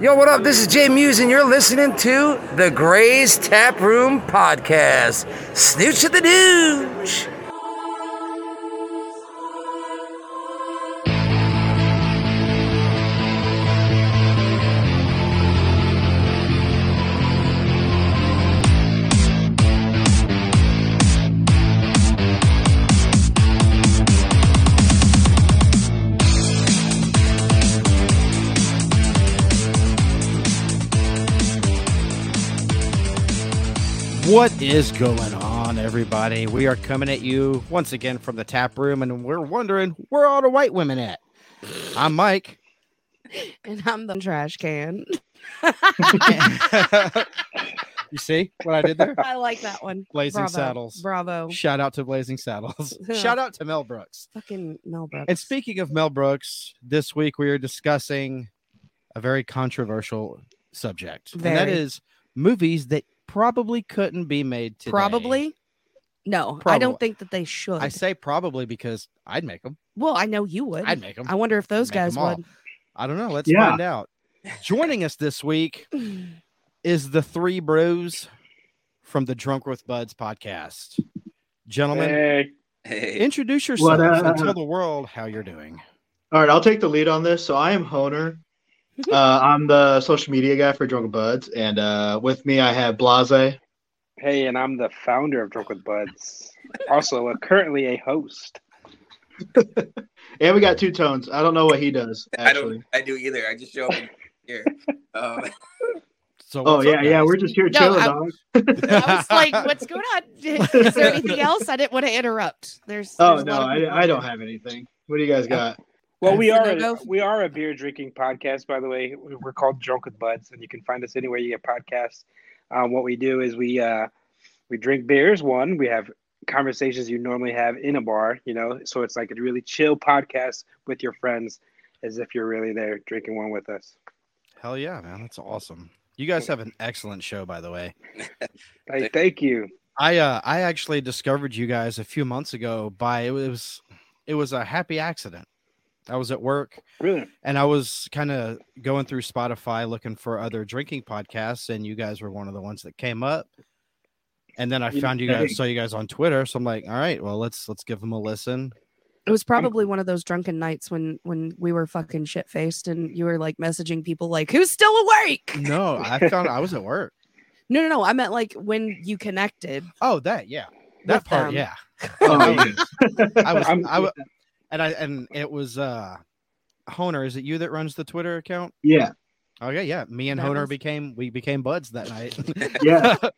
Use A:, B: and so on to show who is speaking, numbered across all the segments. A: Yo, what up? This is Jay Muse, and you're listening to the Gray's Tap Room Podcast. Snooch of the Dooch.
B: What is going on, everybody? We are coming at you once again from the tap room, and we're wondering where all the white women at. I'm Mike.
C: and I'm the trash can.
B: you see what I did there?
C: I like that one.
B: Blazing
C: Bravo.
B: Saddles.
C: Bravo.
B: Shout out to Blazing Saddles. Shout out to Mel Brooks.
C: Fucking Mel Brooks.
B: And speaking of Mel Brooks, this week we are discussing a very controversial subject, and that
C: Very.
B: is movies that probably couldn't be made today.
C: Probably. No, I
B: Probably.
C: don't think that they should.
B: I say probably because I'd make them.
C: well, I know you would.
B: I'd make them.
C: I wonder if those
B: Make
C: guys
B: 'em all.
C: would.
B: I don't know. Let's
D: Yeah.
B: find out. Joining us this week is the three bros from the Drunk with Buds podcast. Gentlemen,
D: Hey.
E: Hey,
B: introduce yourselves and
D: up?
B: tell the world how you're doing.
D: All right, I'll take the lead on this. So I am Honer. Uh, I'm the social media guy for Drunken Buds, and uh, with me I have Blase.
F: Hey, and I'm the founder of Drunk with Buds, also uh, currently a host.
D: And we got two tones. I don't know what he does
E: I
D: actually.
E: don't. I do either. I just show up here. Um,
B: So,
D: Oh
B: what's up,
D: yeah, yeah,
B: guys?
D: we're just here
C: No,
D: chilling,
C: I-
D: dog.
C: I was like, what's going on? Is there anything else? I didn't want to interrupt. There's.
D: Oh
C: there's a
D: no,
C: lot of people
D: I, I
C: out
D: don't
C: there.
D: have anything. What do you guys got?
F: Well, we
C: That's
F: are
C: the
F: a,
C: logo.
F: we are a beer drinking podcast, by the way. We- We're called Drunk with Buds, and you can find us anywhere you get podcasts. Um, what we do is we uh, we drink beers. One, we have conversations you normally have in a bar, you know. So it's like a really chill podcast with your friends, as if you're really there drinking one with us.
B: Hell yeah, man. That's awesome. You guys have an excellent show, by the way.
F: Hey, thank you.
B: I uh I actually discovered you guys a few months ago by it was it was a happy accident. I was at work
F: Really,
B: and I was kind of going through Spotify looking for other drinking podcasts, and you guys were one of the ones that came up. And then I
D: You
B: found you
D: think.
B: guys, saw you guys on Twitter, so I'm like, all right, well, let's let's give them a listen.
C: It was probably one of those drunken nights when when we were fucking shit faced and you were like messaging people like, "Who's still awake?"
B: No, I found I was at work.
C: No, no, no. I meant like when you connected.
B: Oh, that yeah, that
C: With
B: part
C: them.
B: yeah.
D: Oh,
B: yeah. I was,
F: I'm-
B: I was, and I and it was uh, Honer. Is it you that runs the Twitter account?
D: yeah,
B: Okay, yeah. Me and
C: That
B: Honer
C: was-
B: became we became buds that night.
D: yeah. He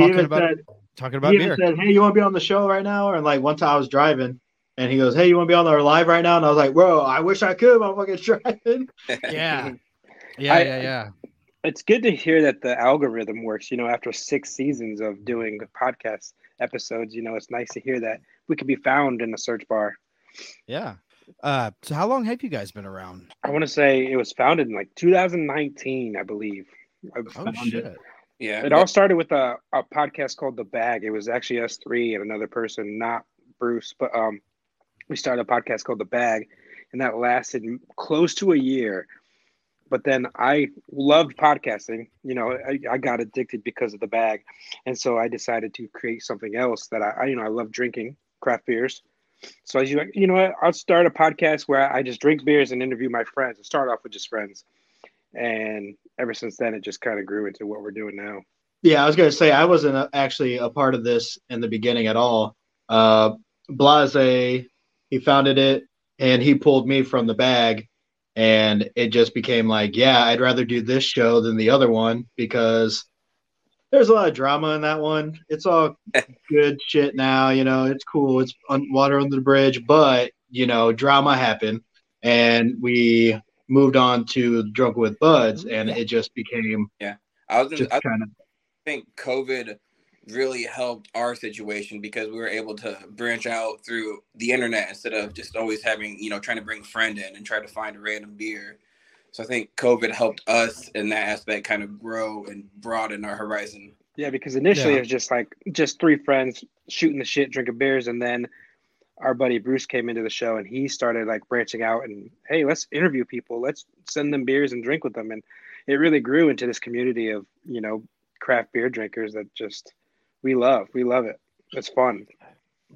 B: talking
D: even
B: about
D: said,
B: talking
D: he
B: about
D: even
B: beer.
D: said, "Hey, you want to be on the show right now?" Or like one time I was driving, and he goes, "Hey, you want to be on there live right now?" And I was like, "Bro, I wish I could. but I'm fucking driving."
B: yeah, yeah,
F: I-
B: yeah, yeah.
F: it's good to hear that the algorithm works you know after six seasons of doing podcast episodes you know it's nice to hear that we can be found in the search bar
B: Yeah. Uh, so how long have you guys been around?
F: i want to say it was founded in like 2019 i believe I
B: Oh
F: found
B: shit!
F: It.
E: yeah.
F: it all started with a, a podcast called the bag it was actually us three and another person not bruce but um we started a podcast called the bag and that lasted m- close to a year but then i loved podcasting you know i, I got addicted because of the bag and so i decided to create something else that i, I you know i love drinking craft beers so i was like you know what i'll start a podcast where i just drink beers and interview my friends and start off with just friends and ever since then it just kind of grew into what we're doing now
D: Yeah, I was gonna say I wasn't uh, actually a part of this in the beginning at all. Uh, Blase, he founded it, and he pulled me from the bag, and it just became like, yeah, I'd rather do this show than the other one because there's a lot of drama in that one. It's all good shit now, you know. It's cool. It's on, water under the bridge, but you know, drama happened, and we moved on to Drunk with Buds, and it just became
E: I was.
D: just
E: I
D: kind of
E: think COVID really helped our situation because we were able to branch out through the internet instead of just always having you know trying to bring a friend in and try to find a random beer. So I think COVID helped us in that aspect kind of grow and broaden our horizon.
F: Yeah, because initially
B: Yeah.
F: it was just like just three friends shooting the shit, drinking beers, and then our buddy Bruce came into the show and he started like branching out and hey, let's interview people, let's send them beers and drink with them, and it really grew into this community of you know craft beer drinkers that just we love, we love it. It's fun.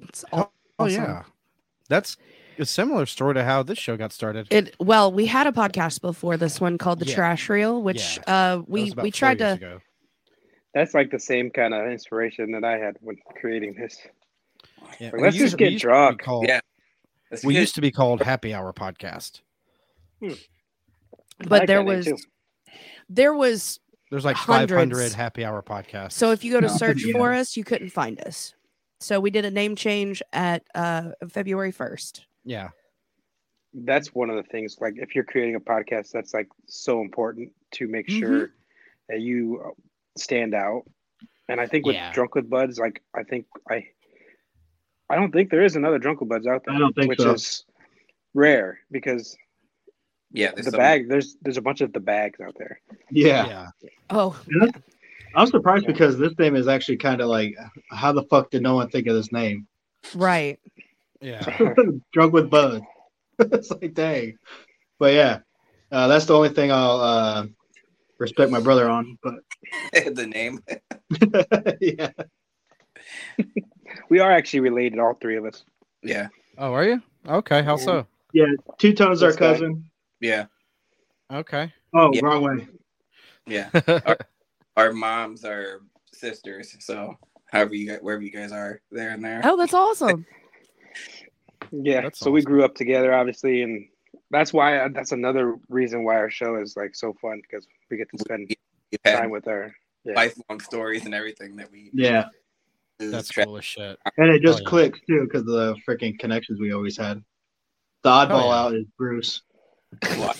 C: It's
B: Oh
C: awesome.
B: yeah, that's a similar story to how this show got started.
C: It well, we had a podcast before this one called the
B: Yeah.
C: Trash Reel, which uh
B: That was
C: we
B: about
C: we
B: four
C: tried
B: years
C: to
B: ago.
F: That's like the same kind of inspiration that I had when creating this.
B: Yeah,
F: Let's
B: we
F: just
B: used- we
F: get
B: used to be
F: drunk.
B: called-
E: Yeah. That's
B: We
E: good.
B: used to be called Happy Hour Podcast.
F: I
C: but
F: like
C: there
F: that name,
C: was
F: too.
C: there was
B: There's like
C: Hundreds.
B: 500 Happy Hour podcasts.
C: so if you go to
D: Yeah.
C: search
D: Yeah.
C: for us, you couldn't find us. So we did a name change at uh February 1st.
B: yeah,
F: that's one of the things like if you're creating a podcast that's like so important to make
D: Mm-hmm.
C: Mhm.
F: sure that you uh, stand out and i think with
B: Yeah.
F: drunk with buds like i think i i don't think there is another drunk with buds out there
D: I don't think
F: which
D: so.
F: is rare because
E: yeah,
F: the
E: there's some-
F: bag there's there's a bunch of the bags out there
D: Yeah.
B: yeah,
C: Oh,
D: Yeah. I'm surprised
F: Yeah.
D: because this name is actually kind of like, how the fuck did no one think of this name?
C: right.
B: yeah.
D: Drunk with Bud. it's like, dang. But yeah, uh, that's the only thing I'll uh, respect my brother on.
E: the name.
D: But yeah,
F: we are actually related all three of us
E: Yeah,
B: Oh, are you? Okay, how so?
D: Two Tones our
F: This guy.
D: cousin.
E: yeah,
B: Okay.
D: Oh,
E: Yeah.
D: wrong way.
E: yeah. Our moms are sisters, so however you guys, wherever you guys are, there and there.
C: Oh, that's awesome.
F: yeah
B: That's
F: so we
B: awesome.
F: grew up together obviously and that's why that's another reason why our show is like so fun because we get to spend
E: We've had
F: time with our yeah.
E: lifelong stories and everything that we.
D: Yeah.
E: this is
B: That's
E: tra-
B: cool as shit.
D: And it just
B: Oh, yeah.
D: clicks too because of the freaking connections we always had. The oddball
B: Oh, yeah.
D: out is Bruce.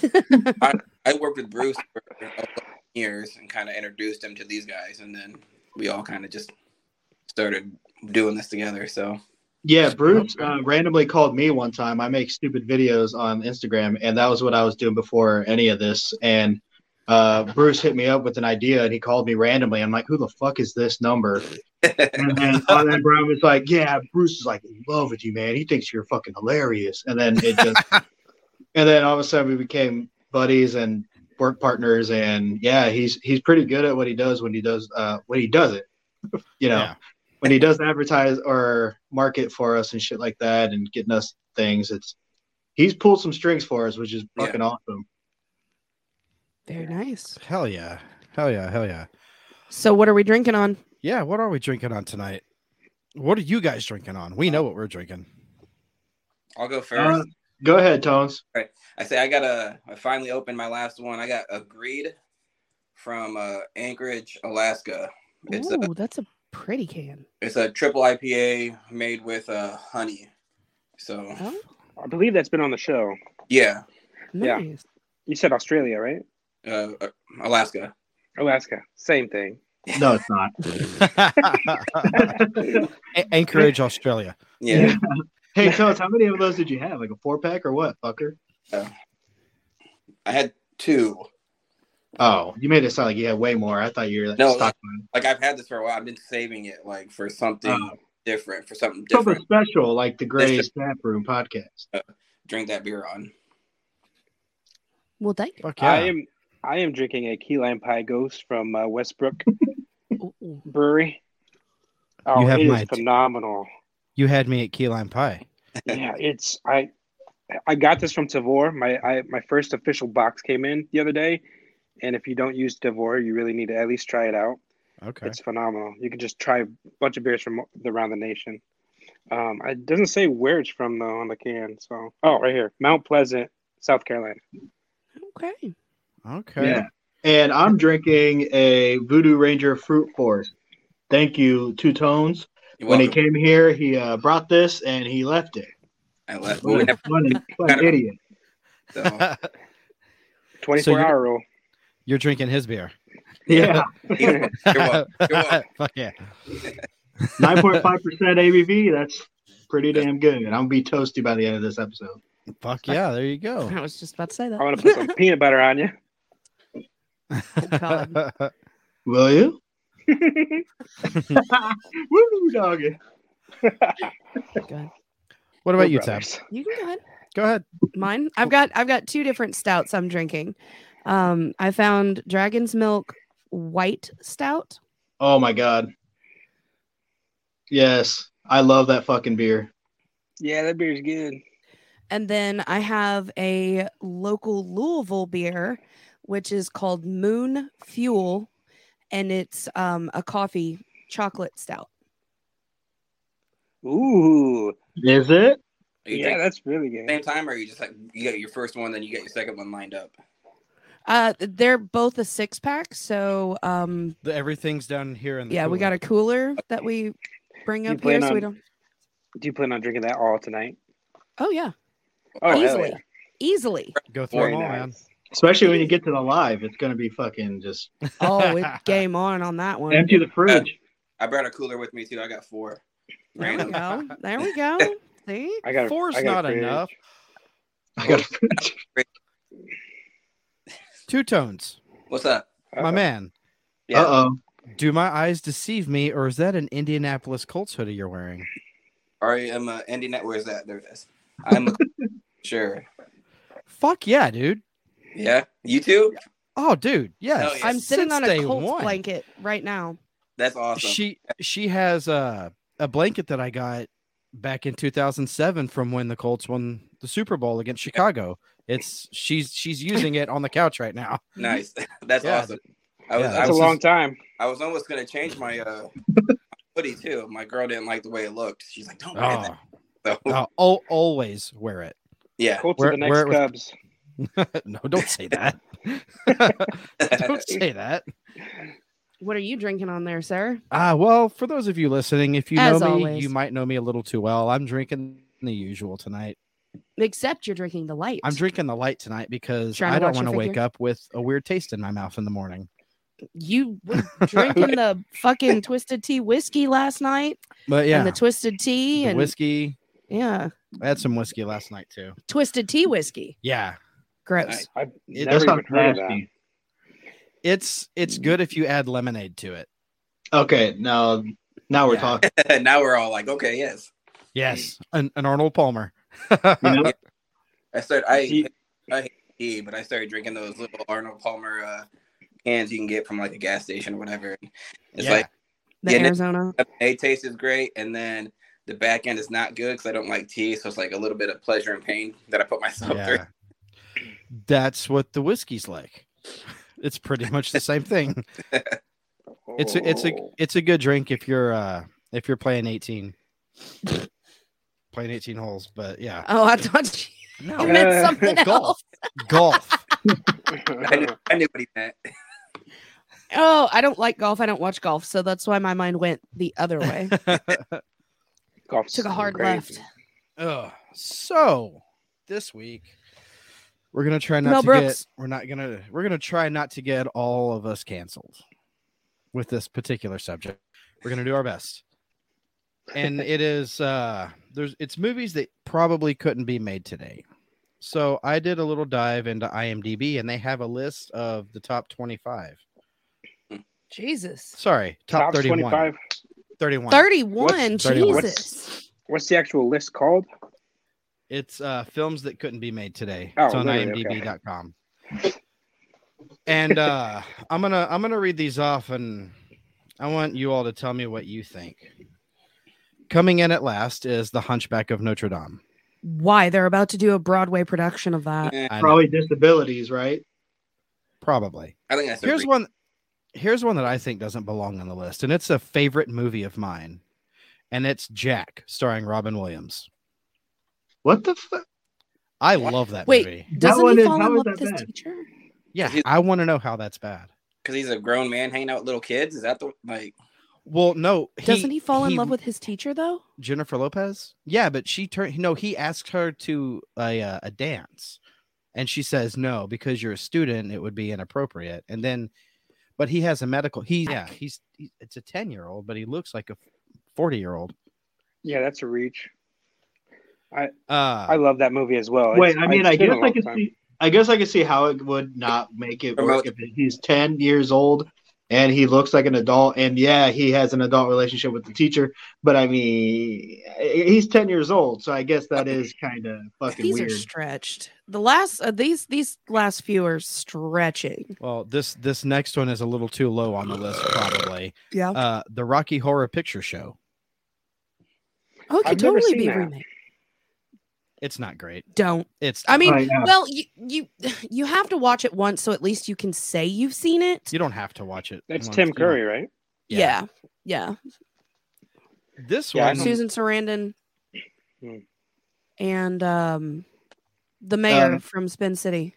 E: I worked with Bruce for 11 years and kind of introduced him to these guys, and then we all kind of just started doing this together. So
D: Yeah, Bruce uh, randomly called me one time. I make stupid videos on Instagram, and that was what I was doing before any of this. And uh, Bruce hit me up with an idea, and he called me randomly. I'm like, "Who the fuck is this number?" And then and then Brian was like, "Yeah, Bruce is like in love with you, man. He thinks you're fucking hilarious." And then it just, and then all of a sudden we became buddies and work partners. And yeah, he's he's pretty good at what he does when he does uh, when he does it. you know,
B: Yeah.
D: when he does advertise or market for us and shit like that, and getting us things. It's he's pulled some strings for us, which is
E: Yeah.
D: fucking awesome.
C: Very nice.
B: Hell yeah. Hell yeah. Hell yeah.
C: So what are we drinking on?
B: Yeah. What are we drinking on tonight? What are you guys drinking on? We know what we're drinking.
E: I'll go first.
D: Uh, go ahead, Tones.
E: I say I got a. I finally opened my last one. I got agreed from uh, Anchorage, Alaska. It's a
C: Ooh, that's a pretty can.
E: it's a triple IPA made with uh, honey. So
C: Oh,
F: I believe that's been on the show.
E: yeah,
F: Yeah.
C: nice.
F: You said Australia, right?
E: uh, uh, Alaska.
F: Alaska, same thing.
D: No, it's not.
B: A- Anchorage, Australia.
E: Yeah,
D: Hey, Tones, how many of those did you have? Like a four pack or what, fucker?
E: I had two.
D: Oh, you made it sound like you had way more. I thought you were like
E: No,
D: stockpiling.
E: Like I've had this for a while. I've been saving it like for something
D: Oh.
E: different, for something
D: something
E: different.
D: special like the Gray's Tap Room podcast.
E: Drink that beer on.
C: Well, thank
B: Fuck
F: I
B: yeah.
F: am I am drinking a key lime pie ghost from uh, Westbrook
C: you. Ooh.
F: Brewery. Oh,
B: have
F: it is
B: my t-
F: phenomenal.
B: You had me at key lime pie.
F: yeah, it's I I got this from Tavor. My I, my first official box came in the other day, and if you don't use Tavor, you really need to at least try it out.
B: Okay.
F: It's phenomenal. You can just try a bunch of beers from around the nation. Um, it doesn't say where it's from though on the can. So oh, right here, Mount Pleasant, South Carolina.
C: Okay.
B: Okay.
D: Yeah. And I'm drinking a Voodoo Ranger Fruit Force. Thank you, Two Tones.
E: You're
D: When he
E: welcome.
D: came here, he uh, brought this and he left it.
E: I left.
D: What a
E: Never,
D: funny, fucking idiot.
E: so.
F: Twenty
B: So
F: four
B: you're-
F: hour rule.
B: You're drinking his beer.
D: Yeah,
E: You're welcome. You're welcome.
B: Fuck yeah.
D: 9.5% ABV. That's pretty damn good. And I'm gonna be toasty by the end of this episode.
B: Fuck yeah. There you go.
C: I was just about to say
F: I
C: that.
F: want to put some peanut butter on you.
C: Oh, God.
D: Will you? Woo, doggy.
C: Good.
B: What about you, Tab?
C: You can go ahead.
B: Go ahead.
C: mine i've got i've got two different stouts i'm drinking um i found dragon's milk white stout
D: Oh my god. Yes, I love that fucking beer.
F: Yeah, that beer's good.
C: and then i have a local louisville beer which is called moon fuel and it's um a coffee chocolate stout
F: Ooh,
D: Is it?
E: Are you
F: yeah,
E: drinking
F: that's really
E: at
F: good.
E: the same time, or you just like you get your first one, then you get your second one lined up?
C: uh they're both a six pack so um
B: The- everything's down here in the
C: yeah we got
B: cooler.
C: a cooler that we bring
F: You
C: up here
F: plan
C: so we
F: on-
C: don't
F: Do you plan on drinking that all tonight?
C: oh yeah
F: Oh, hell
C: easily
F: yeah.
C: easily
B: go through
F: Very
B: them all, man.
F: nice.
D: Especially when you get to the live, it's gonna be fucking just
C: oh it's game on on that one
D: empty the fridge.
E: I brought a cooler with me too. I got four.
C: There we
E: Random.
C: go. There we go. See?
F: I got
B: Four's
F: I got a
B: not
F: fridge.
B: enough.
D: I got a fridge.
B: Two tones,
E: What's up?
B: my
F: Uh-oh.
B: man.
E: Yeah.
D: Uh oh.
B: Do my eyes deceive me, or is that an Indianapolis Colts hoodie you're wearing?
E: Are you? I'm uh, Andy Net. Where's that? There it is. I'm a, sure.
B: Fuck yeah, dude.
E: Yeah. You too?
B: Oh, dude, yes.
E: Hell yeah.
C: I'm sitting
B: Since
C: on
B: day
C: a Colts
B: one.
C: blanket right now.
E: That's awesome.
B: She she has a a blanket that I got back in 2007 from when the Colts won the Super Bowl against Chicago. It's she's she's using it on the couch right now.
E: nice. That's
B: Yeah.
E: awesome. I was,
B: Yeah,
E: I,
F: That's a
E: was
F: long time.
E: I was almost gonna change my uh hoodie too. My girl didn't like the way it looked. She's like, "Don't wear
B: Oh,
E: that." So,
B: oh, al- always wear it.
E: yeah.
F: Colts
B: Where-
F: are the
B: where
F: next
B: it was-
F: Cubs.
B: no, don't say that. don't say that.
C: What are you drinking on there, sir?
B: Ah, well, for those of you listening, if you
C: As
B: know me,
C: always.
B: you might know me a little too well. I'm drinking the usual tonight.
C: Except you're drinking the light.
B: I'm drinking the light tonight because
C: Trying to
B: I don't
C: watch
B: want
C: your
B: to wake
C: figure?
B: up with a weird taste in my mouth in the morning.
C: You were drinking the fucking twisted tea whiskey last night,
B: But yeah,
C: and the twisted tea,
B: the
C: and
B: whiskey.
C: yeah,
B: I had some whiskey last night too.
C: twisted tea whiskey.
B: Yeah,
C: Gross.
E: Nice.
F: I've
B: It-
F: never
D: That
F: even
D: sounds
F: heard of that.
D: nasty.
B: it's it's good if you add lemonade to it.
D: Okay, now now we're
B: Yeah.
D: talking.
E: now we're all like, "Okay, yes."
B: Yes, an, an Arnold Palmer.
D: You know?
E: I started. I
F: He-
E: I hate tea, but I started drinking those little Arnold Palmer uh, cans you can get from like a gas station or whatever. And It's
B: Yeah.
E: like
C: The
E: Yeah, no-
C: Arizona.
E: lemonade taste is great, and then the back end is not good because I don't like tea, so it's like a little bit of pleasure and pain that I put myself through.
B: yeah, that's what the whiskey's like. It's pretty much the same thing. It's a, it's a
F: Oh.
B: it's a good drink if you're uh if you're playing 18 playing 18 holes, but yeah.
C: Oh, I thought you
B: No.
C: meant
F: Uh,
C: something else.
B: golf. golf.
E: I knew, I knew what he meant.
C: Oh, I don't like golf. I don't watch golf, so that's why my mind went the other way.
F: Golf's
C: Took a hard
F: crazy.
B: Ugh. So, this week we're going to try not
C: Mel
B: to
C: Brooks.
B: get we're not going to we're going to try not to get all of us canceled with this particular subject. We're going to do our best. And it is uh there's it's movies that probably couldn't be made today. So, I did a little dive into IMDb and they have a list of the top 25.
C: Jesus.
B: Sorry, top,
F: Top
B: 31.
F: 25.
B: 31.
C: 31.
B: 31?
C: Jesus.
F: What's the actual list called?
B: It's uh, films that couldn't be made today.
F: Oh,
B: it's on
F: literally, okay.
B: imdb.com. and uh, I'm gonna I'm gonna read these off, and I want you all to tell me what you think. Coming in at last is The Hunchback of Notre Dame.
C: Why? They're about to do a Broadway production of that.
E: Eh,
B: I know,
D: Probably disabilities, right?
B: probably.
E: I think that's a
B: Here's
E: re-
B: one. Here's one that I think doesn't belong on the list, and it's a favorite movie of mine, and it's Jack, starring Robin Williams.
D: What the fuck?
B: I love that
C: Wait,
B: movie.
C: Doesn't
D: one
C: he
D: is-
C: fall in
D: how is
C: love
D: that
C: with his
D: bad?
C: teacher?
B: Yeah,
E: His-
B: I want to know how that's bad.
E: because he's a grown man hanging out with little kids. Is that the like?
B: Well, no,
C: Doesn't he fall in love with his teacher though?
B: Jennifer Lopez? Yeah, but she turned. No, he asked her to a uh, a dance, and she says no because you're a student. It would be inappropriate. And then, but he has a medical. He yeah, he's he, it's a ten year old, but he looks like a forty year old.
F: Yeah, that's a reach. I
B: Uh,
F: love that movie as well.
D: Wait,
F: Oh, It's-
D: I mean,
F: it's
D: I
F: been a
D: guess I
F: long
D: could
F: time.
D: see. I guess I could see how it would not make it work
E: Promote-
D: if he's ten years old and he looks like an adult. And yeah, he has an adult relationship with the teacher, but I mean, he's ten years old, so I guess that is kind of fucking
C: these
D: weird.
C: are stretched. The last uh, these these last few are stretching.
B: Well, this this next one is a little too low on the list, probably.
C: Yeah,
B: Uh, the Rocky Horror Picture Show.
C: oh, it could
F: I've never
C: totally
F: seen
C: be
F: that.
C: remade.
B: It's not great.
C: Don't.
B: It's
C: I mean,
D: Right, yeah.
C: well, you you you have to watch it once, so at least you can say you've seen it.
B: you don't have to watch it.
F: That's
B: once,
F: Tim
B: you know.
F: Curry, right?
C: Yeah, yeah.
B: This
F: Yeah, I
B: one,
C: Susan Sarandon
F: Hmm.
C: and um, the mayor
D: Um,
C: from Spin City.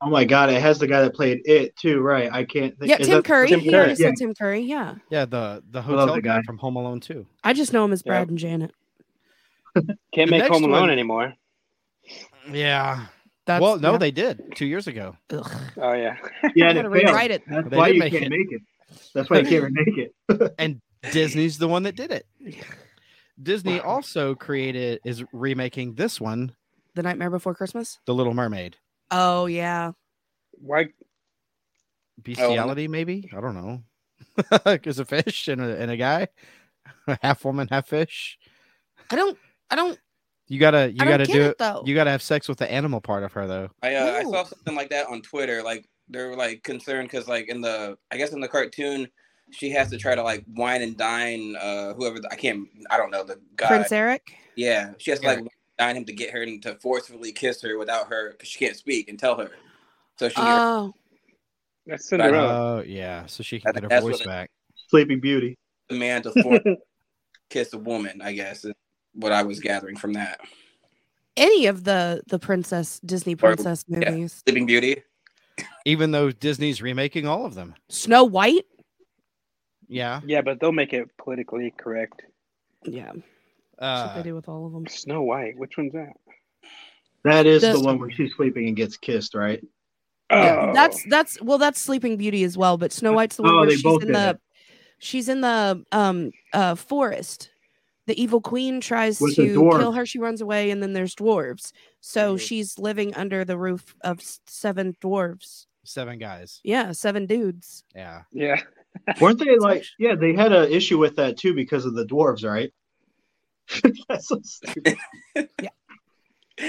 D: Oh my god, it has the guy that played it too, right? I can't think.
C: Yeah,
D: is
C: Tim
D: that-
C: Curry.
F: Tim
C: he
F: Curry,
C: already
D: yeah.
C: said Tim Curry. Yeah,
B: yeah, the the
D: love
B: hotel
D: the
B: guy
D: guy.
B: from Home Alone too.
C: I just know him as
F: Yeah.
C: Brad and Janet.
F: Can't
B: The
F: make
B: next
F: Home Alone
B: one-
F: anymore.
B: Yeah.
C: That's
B: well, no,
C: yeah.
B: they did two years ago.
C: Ugh.
F: Oh yeah.
D: Yeah,
C: I
D: and
C: gotta
D: it failed.
C: rewrite it.
D: That's
B: They
D: why
B: did
D: you
B: make
D: can't
B: it.
D: make it. That's why you can't remake it.
B: And Disney's the one that did it. Disney also created is remaking this one,
C: The Nightmare Before Christmas.
B: The Little Mermaid.
C: Oh yeah,
F: Why?
B: Bestiality, maybe I don't know. Because a fish and a, and a guy, half woman, half fish.
C: I don't. I don't.
B: You gotta you
C: I don't
B: gotta
C: get
B: do
C: it,
B: it.
C: though.
B: You gotta have sex with the animal part of her though.
E: I, uh, I
C: No.
E: saw something like that on Twitter. Like they were like concerned because like in the I guess in the cartoon she has to try to like wine and dine uh whoever the, I can't I don't know the guy.
C: Prince Eric.
E: Yeah, she has to like dine him to get her and to forcefully kiss her without her because she can't speak and tell her. So she
C: Oh,
F: That's
B: Oh
F: Cinderella.
B: yeah, so she can
E: That-
B: get her
E: that's what
B: voice
E: it-
B: back.
D: Sleeping Beauty.
E: a man to force kiss a woman. I guess is what I was gathering from that.
C: any of the the princess Disney
E: Or-
C: princess movies.
E: Sleeping Beauty.
B: Even though Disney's remaking all of them.
C: Snow White.
B: Yeah.
F: Yeah, but they'll make it politically correct.
C: Yeah, that's what
B: Uh,
C: they do with all of them.
F: Snow White. Which one's that?
D: That is
C: That's-
D: the one where she's sleeping and gets kissed, right?
C: Yeah,
F: Oh.
C: that's that's well, that's Sleeping Beauty as well. But Snow White's the one
D: Oh,
C: where
D: they
C: she's
D: both
C: in
D: did
C: the
D: it.
C: she's in the um uh forest. The evil queen tries
D: With the
C: to
D: dwarf.
C: kill her. She runs away, and then there's dwarves. So
F: Mhm.
C: she's living under the roof of s- seven dwarves.
B: seven guys.
C: Yeah, seven dudes.
B: Yeah.
F: yeah.
D: Weren't they
C: It's
D: like?
C: actually-
D: Yeah, they had an issue with that too because of the dwarves, right? That's so stupid.
C: Yeah.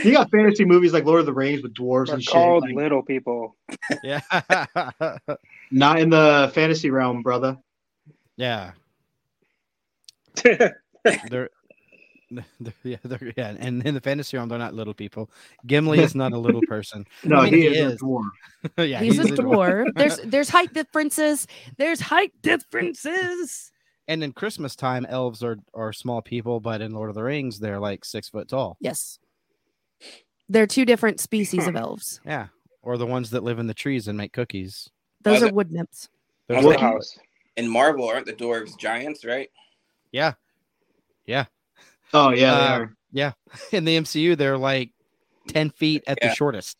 D: You got fantasy movies like Lord of the Rings with dwarves
F: They're
D: and shit.
F: called
D: like,
F: little people.
B: Yeah.
D: not in the fantasy realm, brother.
B: yeah. They're, they're- yeah, they're, yeah, and in the fantasy realm, they're not little people. Gimli is not a little person.
D: No,
B: I mean,
D: he,
B: he is.
D: is, a dwarf.
B: yeah,
C: he's, a dwarf. there's there's height differences. There's height differences.
B: And in Christmas time, elves are are small people, but in Lord of the Rings, they're like six foot tall.
C: Yes, they're two different species of elves.
B: Yeah, or the ones that live in the trees and make cookies.
C: Those
E: Well,
C: are wood nymphs.
B: Those
E: Well,
B: are-
F: Full House.
E: In Marvel, aren't the dwarves giants? Right?
B: yeah,
D: Oh yeah, they
B: Uh,
D: are.
B: in the MCU, they're like ten feet at
E: Yeah.
B: the shortest.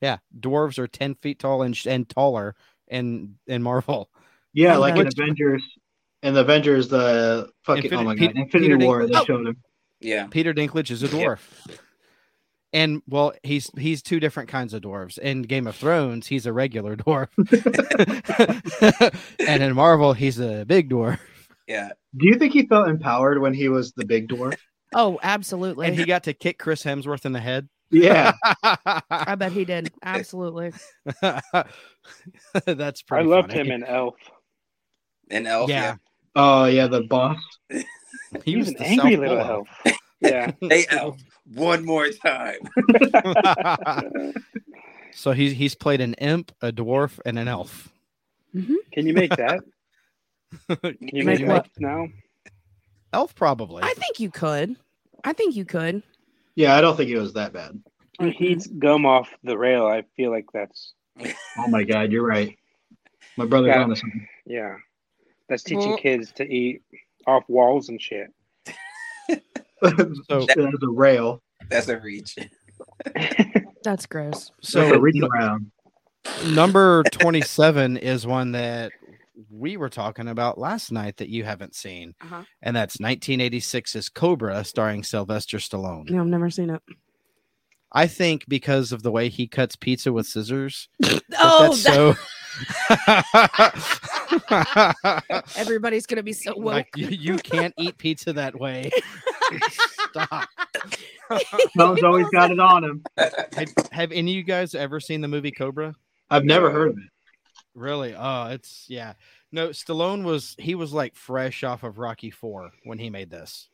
B: Yeah, dwarves are ten feet tall and sh- and taller in in Marvel.
D: Yeah,
C: Oh,
D: like in
B: which-
D: Avengers. In Avengers, the fucking oh
B: Infinity-
D: my
B: Pe-
D: god, Infinity
B: Peter
D: War. They
B: Dinklage.
D: showed him.
E: Yeah.
B: Peter Dinklage is a
E: Yeah.
B: dwarf. And well, he's he's two different kinds of dwarves. In Game of Thrones, he's a regular dwarf. and in Marvel, he's a big dwarf.
E: Yeah.
D: Do you think he felt empowered when he was the big dwarf?
C: Oh, absolutely.
B: And he got to kick Chris Hemsworth in the head.
D: Yeah,
C: I bet he did. Absolutely.
B: That's
F: I
B: pretty
F: loved
B: funny.
F: him in Elf.
E: An elf. Yeah.
B: Yeah.
D: Oh yeah, the boss.
B: He
F: He
B: was
F: was an
B: the
F: angry
B: South
F: little
B: Pole
F: elf. yeah.
E: Hey, elf. One more time.
B: elf. so he's he's played an imp, a dwarf, and an elf.
F: Can you make that? Can you
C: Make
F: make,
C: what?
F: elf now?
B: Elf probably.
C: I think you could. I think you could.
D: Yeah, I don't think it was that bad.
F: He heats
D: Mm-hmm.
F: gum off the rail. I feel like that's
D: Oh my god, you're right. My brother's
F: Yeah.
D: on to something.
F: yeah. That's teaching
E: Well-
F: kids to eat off walls and shit.
B: So
D: There's a rail.
E: That's a reach.
C: That's gross.
D: So
B: so
D: a reach
B: n-
D: around.
B: number 27 is one that we were talking about last night that you haven't seen
C: Uh-huh.
B: and that's 1986's cobra starring sylvester stallone
C: No, I've never seen it.
B: I think because of the way he cuts pizza with scissors. that
C: Oh,
B: that's so.
C: that- everybody's gonna be so woke.
B: like, you, you can't eat pizza that way. Stop.
D: Tom's always got it on him.
B: Have, have any of you guys ever seen the movie Cobra?
D: I've never heard of it.
B: Really? Oh, it's yeah. No, Stallone was he was like fresh off of Rocky Four when he made this.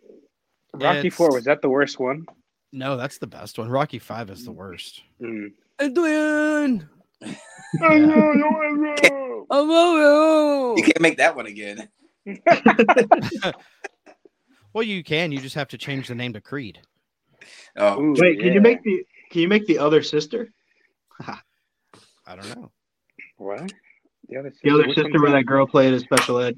F: Rocky
B: It's-
F: Four was that the worst one?
B: No, that's the best one. Rocky Five is the worst.
F: Mm.
C: Edwin,
B: Yeah.
C: I'm over.
E: You can't make that one again.
B: Well, you can. You just have to change the name to Creed.
E: Oh,
F: Ooh,
D: Wait, can
F: yeah.
D: you make the can you make the other sister?
B: I don't know.
F: what? The other sister,
D: The other
F: which
D: sister
F: one's
D: where that girl played as special ed.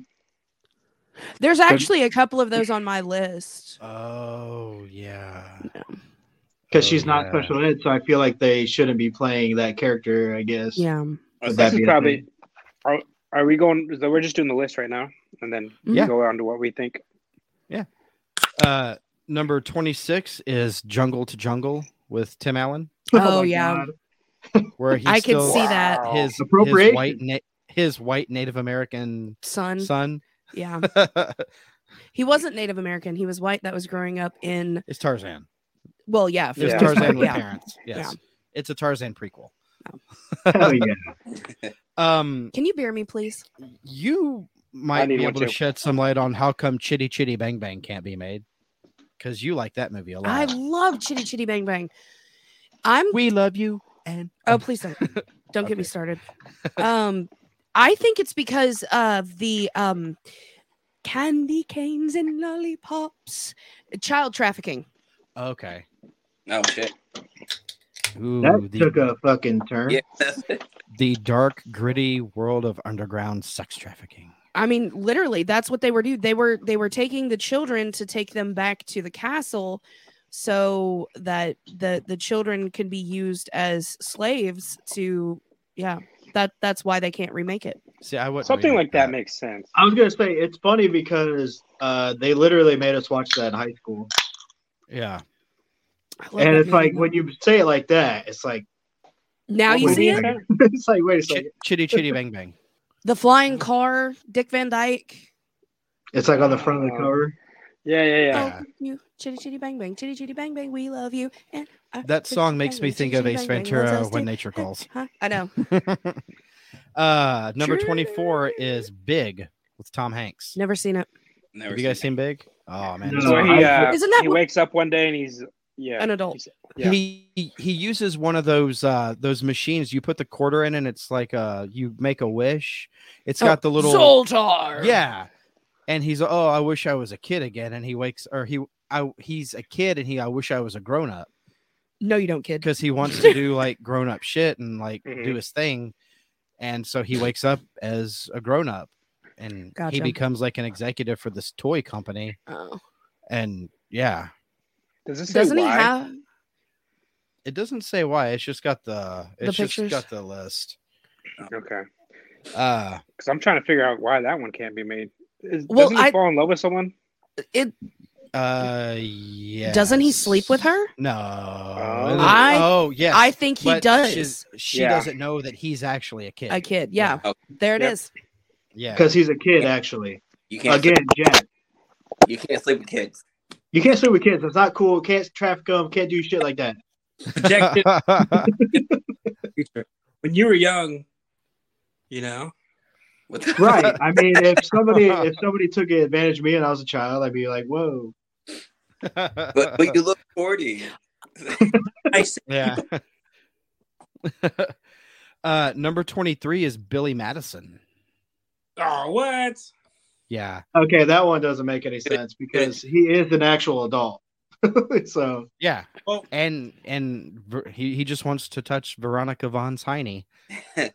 C: There's actually a couple of those on my list.
B: Oh yeah.
D: Because
B: Oh,
D: she's not
B: yeah.
D: special ed, so I feel like they shouldn't be playing that character, I guess.
C: Yeah.
E: That's
D: that
F: This
D: be
F: is
D: a
F: probably.
D: thing?
F: Are, are we going? So we're just doing the list right now, and then
B: Yeah.
F: go on to what we think.
B: Uh, number twenty six is Jungle to Jungle with Tim Allen,
C: Oh,
D: my
C: yeah.
D: God.
B: where he
C: I can
B: still
C: see that
B: his his
D: Appropriation.
B: white na- his white Native American
C: son.
B: son.
C: Yeah. He wasn't Native American. He was white. That was growing up in
B: it's Tarzan.
C: well, yeah.
B: It's
F: Yeah.
B: Tarzan with
C: Yeah.
B: parents. Yes. It's a Tarzan prequel.
D: Hell yeah.
B: Um,
C: Can you bear me, please?
B: you might
F: need
B: be
F: one
B: able to
F: too.
B: shed some light on how come Chitty Chitty Bang Bang can't be made because you like that movie a lot.
C: I love Chitty Chitty Bang Bang. I'm
B: we love you and
C: Oh, please don't. Don't get
B: Okay.
C: me started. Um, I think it's because of the um, candy canes and lollipops, child trafficking.
B: um, okay.
E: Oh shit.
B: Ooh,
D: That
B: the,
D: took a fucking turn.
E: Yeah. that's-
B: the dark, gritty world of underground sex trafficking.
C: I mean, literally, that's what they were doing. They were they were taking the children to take them back to the castle, so that the the children can be used as slaves to. Yeah, that that's why they can't remake it.
B: See, I would
F: Something like that makes sense.
D: I was gonna say it's funny because uh, they literally made us watch that in high school,
B: Yeah,
C: I love
D: and
C: that
D: it's
C: movie,
D: like
C: though.
D: when you say it like that, it's like
C: now
F: What
C: you
F: would
D: wait
C: see
D: a
F: you
C: it.
F: think?
D: second. it's like wait a
B: Chi-
D: second,
B: Chitty Chitty Bang Bang.
C: The flying car, Dick Van Dyke.
D: it's like on the front of the
F: Oh.
D: cover.
F: Yeah, yeah, yeah.
B: Yeah.
C: Oh, you chitty chitty bang bang, chitty chitty bang bang, we love you. And I-
B: That
C: chitty,
B: song
C: chitty,
B: makes
C: bang,
B: me
C: bang,
B: think
C: chitty,
B: of
C: chitty,
B: Ace
C: bang, bang, what
B: Ventura:
C: else
B: When
C: do-
B: Nature Calls.
C: Huh? I know.
B: uh, number twenty-four is Big with Tom Hanks.
C: Never seen it.
E: Never
B: Have you guys
E: seen
B: seen Big? Oh man,
D: No.
B: it's
F: So
D: No,
F: he,
D: I-
F: uh,
C: Isn't that
F: he
C: what-
F: wakes up one day and he's yeah
C: An adult.
F: He's- Yeah.
B: He he uses one of those uh those machines. You put the quarter in, and it's like uh you make a wish. It's
C: Oh,
B: got the little
C: Zoltar.
B: yeah. And he's oh, I wish I was a kid again. And he wakes or he I he's a kid, and he I wish I was a grown up
C: No, you don't, kid.
B: because he wants to do like grown up shit and like do
C: Mm-hmm.
F: Mhm.
B: his thing. And so he wakes up as a grown up, and he
C: Gotcha.
B: becomes like an executive for this toy company.
C: Oh.
B: And yeah,
F: Does this say
C: Doesn't he
F: why?
C: have?
B: it doesn't say why. It's just got the
C: The
B: it's just
C: pictures?
B: got the list.
F: Okay,
B: Uh
F: because I'm trying to figure out why that one can't be made. Is,
C: Well,
F: doesn't he
C: I-
F: fall in love with someone?
C: It
B: Uh, yeah.
C: doesn't he sleep with her?
B: No.
C: I-
B: oh yes.
C: I think he
B: but
C: does.
B: she's- She
F: Yeah.
B: doesn't know that he's actually a kid.
C: A kid. Yeah.
E: Oh.
C: There it
F: Yep.
C: is.
B: Yeah.
D: Because he's a kid, actually.
E: You can't
D: Again, Jack,
E: sleep- you can't sleep with kids.
D: you can't sleep with kids. It's not cool. Can't traffic them. Can't do shit like that.
E: Projected future. When you were young, you know. What the-
D: Right. I mean, if somebody if somebody took advantage of me and I was a child, I'd be like, whoa.
E: But but you look forty. I see.
B: yeah. uh, number twenty-three is Billy Madison.
E: Oh what?
B: Yeah.
D: Okay, that one doesn't make any sense because he is an actual adult. so
B: Yeah.
E: Oh.
B: And and Ver- he he just wants to touch Veronica von Heine.
E: I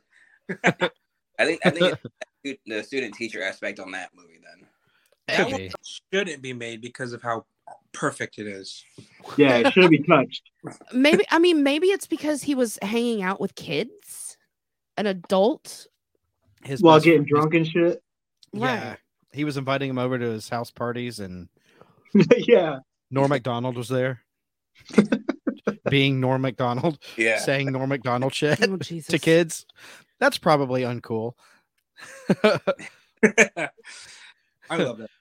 E: think I think it's the stu- the student teacher aspect on that movie then.
B: Could
G: That one
B: be.
G: shouldn't be made because of how perfect it is.
D: yeah, it should be touched.
C: Maybe I mean maybe it's because he was hanging out with kids, an adult.
B: His
D: While
B: best-
D: getting
B: his-
D: drunk and shit.
B: yeah.
C: Right.
B: He was inviting him over to his house parties and
D: yeah.
B: Norm McDonald was there. being Norm McDonald,
E: Yeah.
B: saying Norm McDonald shit
C: Oh, Jesus.
B: to kids. That's probably uncool.
G: I love that.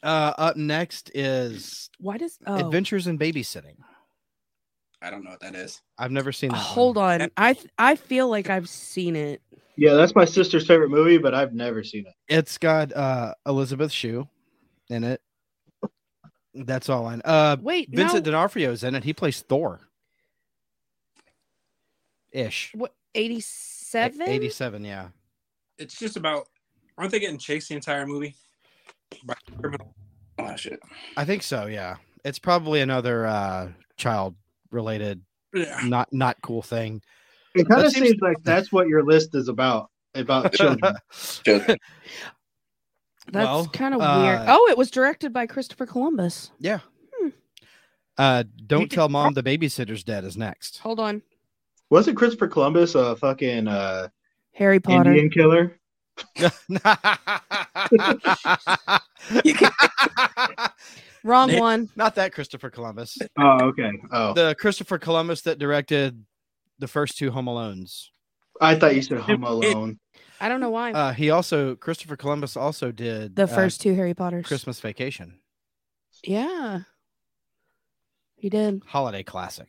B: Uh, up next is
C: Why does oh,
B: Adventures in Babysitting.
E: I don't know what that is.
B: I've never seen that.
C: Oh, hold
B: one.
C: on? I th- I feel like I've seen it.
D: Yeah, that's my sister's favorite movie, but I've never seen it.
B: It's got uh, Elizabeth Shue in it. That's all I know. Uh,
C: Wait,
B: Vincent
C: no.
B: D'Onofrio's in it. He plays Thor. Ish.
C: What 87?
B: 87, yeah.
G: It's just about. Aren't they getting chased the entire movie? By criminal.
E: Oh shit.
B: I think so, yeah. It's probably another uh child related
G: Yeah.
B: not not cool thing.
D: It kind
B: That
D: of
B: seems-
D: seems like that's what your list is about about children.
E: Children.
C: That's
B: Well,
C: kind of
B: uh,
C: weird. Oh, it was directed by Christopher Columbus.
B: Yeah.
C: Hmm.
B: Uh
C: You
B: don't
C: did-
B: tell mom the babysitter's dead is next.
C: Hold on.
D: Wasn't Christopher Columbus a fucking uh,
C: Harry Potter.
D: Indian killer?
C: Wrong
B: Yeah.
C: one.
B: Not that Christopher Columbus.
D: Oh, okay. Oh,
B: The Christopher Columbus that directed the first two Home Alones.
D: I thought you said Home Alone.
C: I don't know why.
B: Uh, he also Christopher Columbus also did
C: the
B: uh,
C: first two Harry Potters.
B: Christmas Vacation
C: Yeah. He did.
B: holiday classic.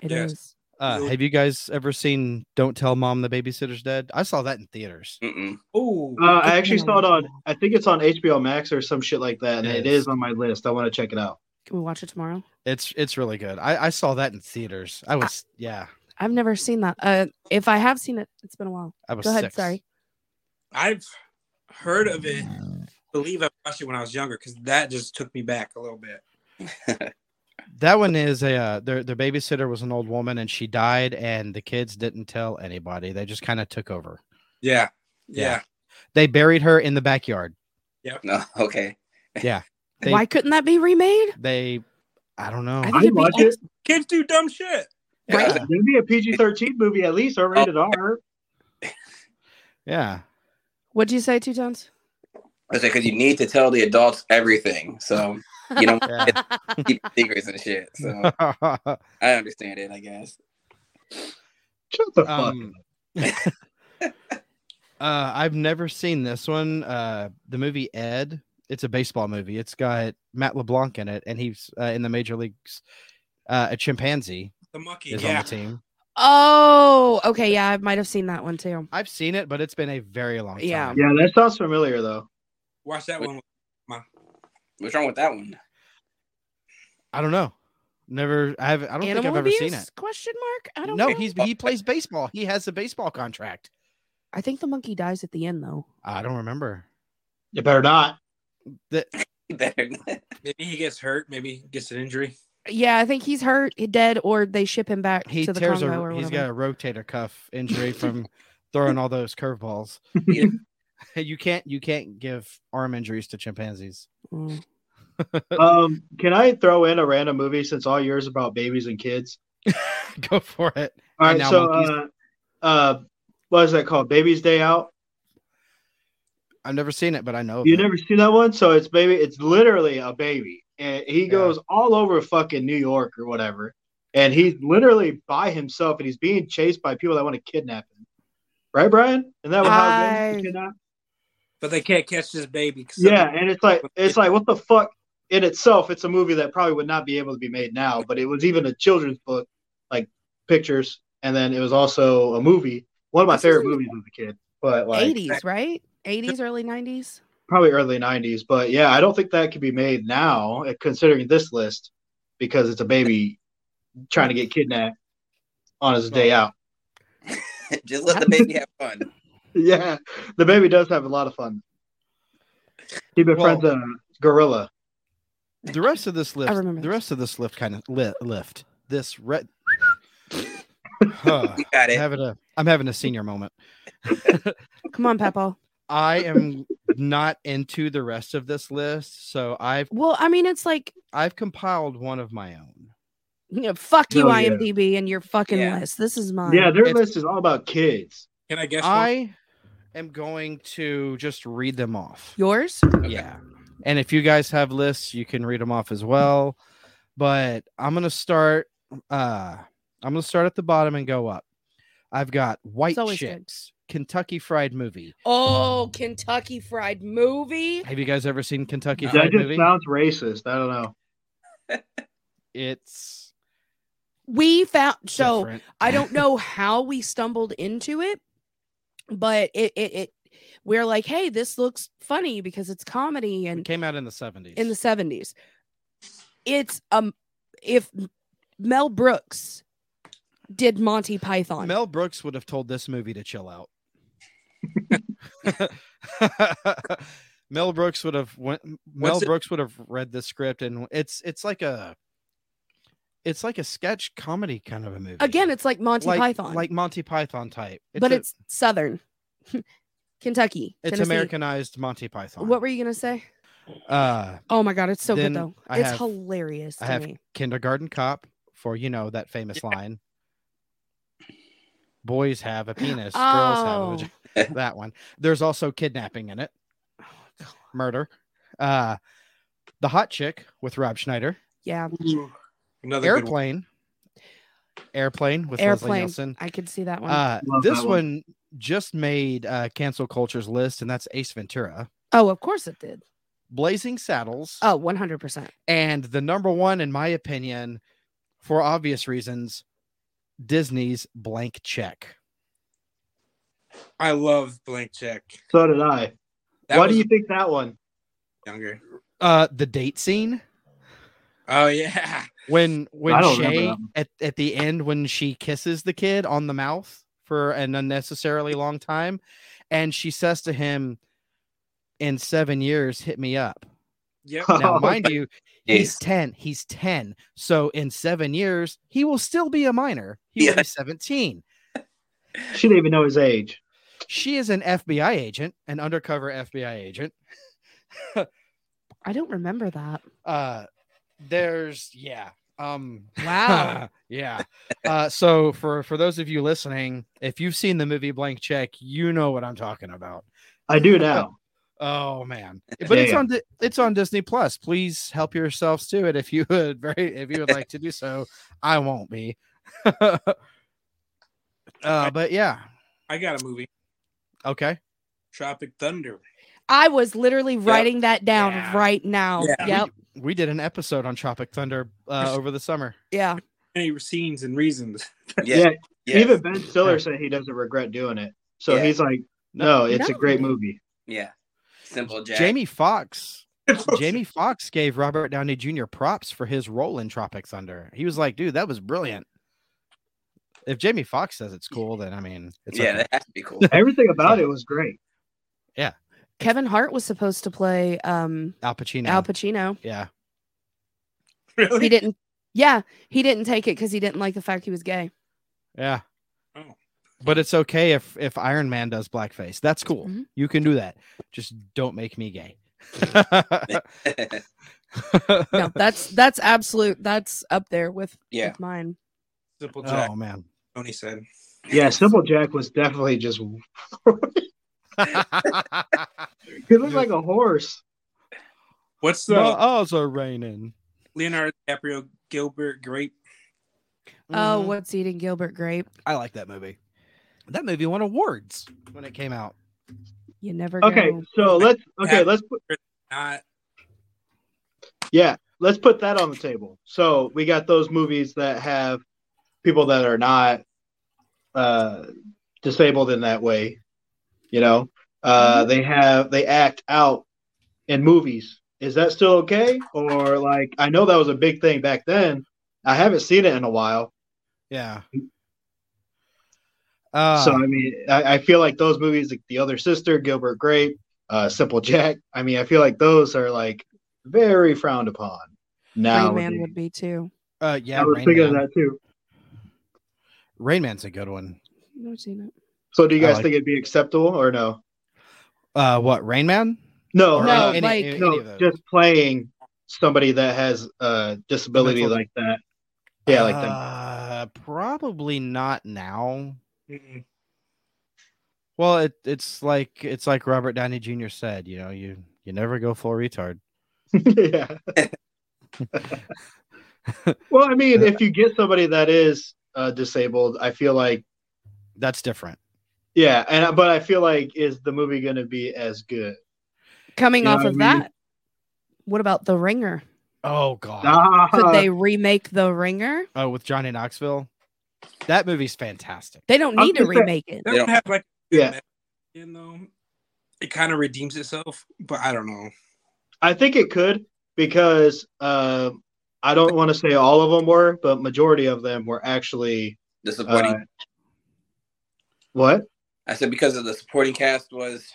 C: It is.
G: Yes.
B: Uh,
G: Really?
B: have you guys ever seen Don't Tell Mom the Babysitter's Dead? I saw that in theaters.
E: Mm-mm.
G: Oh,
D: Uh, I actually saw it on. I think it's on HBO Max or some shit like that, and
B: It
D: it
B: is.
D: is on my list. I want to check it out.
C: Can we watch it tomorrow?
B: It's it's really good. I, I saw that in theaters. I was yeah,
C: I've never seen that. Uh, if I have seen it, it's been a while.
B: I was
C: Go ahead.
B: six.
C: Sorry.
G: I've heard of it. believe I watched it when I was younger because that just took me back a little bit.
B: That one is a uh, their their babysitter was an old woman and she died and the kids didn't tell anybody. They just kind of took over.
G: Yeah.
B: Yeah.
G: Yeah.
B: They buried her in the backyard.
E: No. Okay.
B: They
C: Why couldn't that be remade?
B: they Oh, I don't know.
C: I think
D: I
C: it'd be
D: watch
C: awesome.
D: it.
G: Kids do dumb shit.
B: Right.
D: It's gonna be a PG thirteen movie at least, or rated R.
B: yeah.
C: What'd you say, Two Tones?
E: I because you need to tell the adults everything, so You don't- keep secrets and shit. So I understand it, I guess.
D: Shut the fuck.
B: um, uh, I've never seen this one. Uh, the movie Ed. It's a baseball movie. It's got Matt LeBlanc in it, and he's uh, in the major leagues. Uh, a chimpanzee
G: The monkey.
B: is
G: Yeah.
B: on the team.
C: oh, okay. Yeah, I might have seen that one too.
B: I've seen it, but it's been a very long time.
C: Yeah.
D: yeah, that sounds familiar though.
G: Watch that one.
E: What's wrong with that one?
B: I don't know. Never. I have. I don't think
C: Animal
B: I've ever
C: abuse?
B: seen it.
C: Question mark? I don't
B: no,
C: know.
B: he's he plays baseball. He has a baseball contract.
C: I think the monkey dies at the end though.
B: I don't remember.
D: You better not.
B: The,
E: Better not.
G: Maybe he gets hurt. Maybe he gets an injury.
C: Yeah, I think he's hurt, he dead, or they ship him back
B: he
C: to the
B: tears
C: Congo or
B: a. He's got
C: whatever.
B: a rotator cuff injury from throwing all those curveballs.
E: Yeah.
B: you can't you can't give arm injuries to chimpanzees.
C: Mm.
D: Um, can I throw in a random movie since all yours is about babies and kids?
B: Go for it.
D: All
B: And
D: right,
B: now
D: so uh,
B: monkeys.
D: uh, what is that called? Baby's Day Out.
B: I've never seen it, but I know of
D: You
B: it.
D: never seen that one? So it's baby. It's literally a baby, and he
B: Yeah.
D: goes all over fucking New York or whatever, and he's literally by himself, and he's being chased by people that want to kidnap him. Right, Brian? And that what how it
C: I-
D: goes? You cannot-
G: But they can't catch this baby. 'cause
D: Yeah, and it's like it's like what the fuck in itself. It's a movie that probably would not be able to be made now, but it was even a children's book, like pictures, and then it was also a movie. One of my
C: This
D: favorite
C: isn't-
D: movies as a kid, but like
C: 80s, right? 80s, early 90s.
D: probably early '90s. But yeah, I don't think that could be made now, eh, considering this list, because it's a baby trying to get kidnapped on his day out.
E: Just let the baby have fun.
D: Yeah, the baby does have a lot of fun. He befriends a gorilla.
B: the rest of this lift.
C: remember
B: the
C: this.
B: rest of this lift kind of li- lift. This red. Huh.
E: You got
B: I'm
E: it.
B: having a I'm having a senior moment.
C: Come on, Papa.
B: I am not into the rest of this list, so I've
C: Well, I mean, it's like,
B: I've compiled one of my own.
C: you know, fuck you,
D: Oh, yeah.
C: IMDb, and your fucking
E: Yeah.
C: list. This is mine.
D: Yeah, their
B: It's-
D: list is all about kids.
G: Can I guess? one?
B: I am going to just read them off.
C: Yours?
B: Yeah. And if you guys have lists, you can read them off as well. But I'm going to start uh I'm gonna start at the bottom and go up. I've got White
C: It's always good.
B: Chicks, Kentucky Fried Movie.
C: Oh, Kentucky Fried Movie.
B: Have you guys ever seen Kentucky
D: That
B: Fried
D: just
B: Movie?
D: sounds racist. I don't know.
B: it's
C: We found so
B: different.
C: I don't know how we stumbled into it, but it it, it we're like, hey, this looks funny because it's comedy
B: It
C: and
B: came out in the 70s.
C: in the 70s. It's um if Mel Brooks did Monty Python.
B: Mel Brooks would have told this movie to chill out. Mel Brooks would have went, Mel
G: What's it-
B: Brooks would have read the script and it's it's like a it's like a sketch comedy kind of a movie.
C: Again, it's like Monty
B: like,
C: Python,
B: like Monty Python type.
C: but
B: a-
C: it's southern Kentucky.
B: it's
C: Tennessee.
B: Americanized Monty Python.
C: What were you gonna say?
B: uh,
C: Oh my god, it's so
B: Then
C: good though.
B: I
C: it's
B: have-
C: hilarious to
B: I have
C: me.
B: Kindergarten Cop for you know that famous line. Boys have a penis,
C: Oh.
B: girls have a vagina. that one. There's also kidnapping in it. murder. Uh The Hot Chick with Rob Schneider.
C: Yeah,
G: Another good one.
B: Airplane. Airplane with Leslie
C: airplane.
B: Nielsen.
C: I could see that one.
B: Uh,
D: Love
B: this
D: that
B: one.
D: one.
B: just made uh, cancel culture's list, and that's Ace Ventura,
C: oh, of course it did.
B: Blazing Saddles,
C: Oh, 100%.
B: and the number one, in my opinion, for obvious reasons, Disney's Blank Check.
G: I love blank check.
D: So did I.
G: That
D: Why
G: was
D: do you think that one?
G: younger?
B: Uh, the date scene
G: Oh yeah,
B: when when
D: I don't remember
B: Shay
D: that one.
B: at, at the end when she kisses the kid on the mouth for an unnecessarily long time, and she says to him, "In seven years, hit me up."
G: yep.
B: Now,
D: Oh,
B: mind you, he's
E: Yes.
B: ten. He's ten. So in seven years, he will still be a minor. He will
E: Yeah.
B: be seventeen.
D: She didn't even know his age.
B: She is an FBI agent, an undercover FBI agent.
C: I don't remember that.
B: Uh, there's yeah. Um,
C: Wow.
B: yeah. Uh, so for for those of you listening, if you've seen the movie Blank Check, you know what I'm talking about.
D: I do now.
B: Oh man! But it's
D: Yeah.
B: on Di- it's on Disney Plus. Please help yourselves to it if you would very if you would like to do so. I won't be. uh, but yeah,
G: I got a movie,
B: okay.
G: Tropic Thunder.
C: I was literally writing that down
B: Yeah.
C: right now.
G: Yeah.
C: Yep.
B: We did an episode on Tropic Thunder uh, over the summer.
C: Yeah.
G: Many scenes and reasons.
E: Yeah. Yeah.
D: Even Ben Stiller said he doesn't regret doing it. So
E: Yeah.
D: he's like, no,
C: No.
D: it's a
C: No.
D: great movie.
E: Yeah. Simple Jack.
B: Jamie Fox. Jamie Fox gave Robert Downey Jr. props for his role in Tropic Thunder. He was like, "Dude, that was brilliant." If Jamie Fox says it's cool, then I mean, it's
E: yeah,
B: okay.
E: that has to be cool.
D: Everything about it was great.
C: Kevin Hart was supposed to play um
B: Al Pacino.
C: Al Pacino.
B: yeah,
C: He
G: really?
C: didn't Yeah, he didn't take it cuz he didn't like the fact he was gay.
B: yeah.
G: Oh.
B: But it's okay if if Iron Man does blackface. That's cool.
C: Mhm.
B: You can do that. Just don't make me gay.
C: No, that's that's absolute that's up there with,
E: yeah.
C: with mine.
G: Simple Jack.
B: Oh man.
G: Tony said.
D: Yeah, Simple Jack was definitely just. He looked like a horse.
G: What's the
B: My eyes are raining.
G: Leonardo DiCaprio Gilbert Grape?
C: Oh,
E: Mm.
B: Mhm.
C: what's eating Gilbert Grape?
B: I like that movie. That movie won awards when it came out.
C: You never
D: Okay,
C: know.
D: so let's okay,
G: Yeah.
D: let's put,
G: Not
D: yeah, let's put that on the table. So we got those movies that have people that are not uh, disabled in that way. You know, uh, they have they act out in movies. Is that still okay? Or like, I know that was a big thing back then. I haven't seen it in a while,
B: Yeah. Uh,
C: Ah.
D: so I mean, I, I feel like those movies, like The Other Sister, Gilbert Grape, uh, Simple Jack. I mean, I feel like those are like very frowned upon now.
C: Rain Man would be too.
B: uh, yeah,
D: I was
B: Rain
D: thinking
B: Man.
D: of that too.
B: Rain Man's a good one.
C: Never seen it.
D: So, do you
B: I
D: guys
B: like-
D: think it'd be acceptable or no?
B: Uh, what Rain Man?
D: No,
B: Or
C: No,
D: uh,
B: any,
C: like-
B: any,
D: no,
B: of those?
D: just playing somebody that has a disability
B: Mental-
D: like that. Yeah, like that.
B: uh, Probably not now.
G: mm-mm.
B: Well, it, it's like it's like Robert Downey Jr. said. You know, you you never go full retard.
D: yeah, Well, I mean, if you get somebody that is uh, disabled, I feel like
B: That's different.
D: yeah, and but I feel like is the movie going to be as good?
C: Coming
D: Yeah,
C: off
D: I
C: of
D: mean-
C: that, what about The Ringer?
B: Oh god.
C: Could they remake The Ringer?
B: Oh, with Johnny Knoxville. That movie's fantastic.
C: They don't
D: I was
C: need to
D: gonna say-
C: remake it.
E: They
G: They
E: don't-
G: don't have like
D: Yeah.
G: you know, it kind of redeems itself, but I don't know.
D: I think it could because uh, I don't want to say all of them were, but majority of them were actually
E: The supporting.
D: uh, what?
E: I said because of the supporting cast was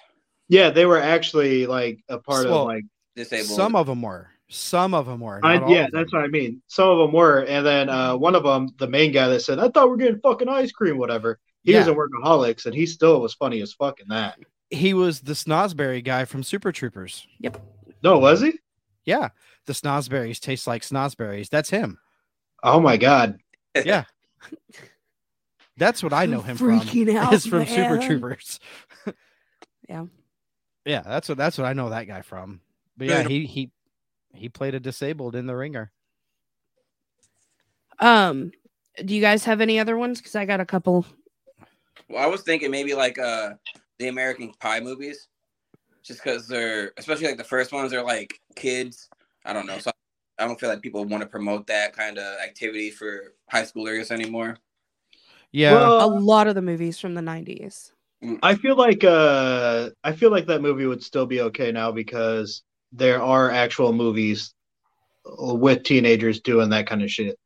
D: Yeah, they were actually like a part
B: Well,
D: of like
E: disabled.
B: Some of them were. Some of them were.
D: I,
B: not all
D: yeah,
B: of them.
D: that's what I mean. Some of them were, and then uh, one of them, the main guy that said, "I thought we are getting fucking ice cream, whatever." He was
B: Yeah.
D: in workaholics, and he still was funny as fuck in that.
B: He was the Snosberry guy from Super Troopers.
D: No, was he?
B: Yeah, the Snosberries taste like Snosberries. That's him.
D: Oh my god!
B: Yeah. That's what I know him from.
C: Freaking out,
B: Is from Super
C: man.
B: Troopers.
C: Yeah.
B: Yeah, that's what that's what I know that guy from. But yeah, he he he played a disabled in the ringer.
C: Um, do you guys have any other ones? Because I got a couple.
E: Well, I was thinking maybe like uh the American Pie movies, just because they're especially like the first ones are like kids. I don't know, so I don't feel like people want to promote that kind of activity for high schoolers anymore.
B: Yeah.
C: A
D: Well,
C: lot of the movies from the '90s.
D: I feel like uh, I feel like that movie would still be okay now because there are actual movies with teenagers doing that kind of shit.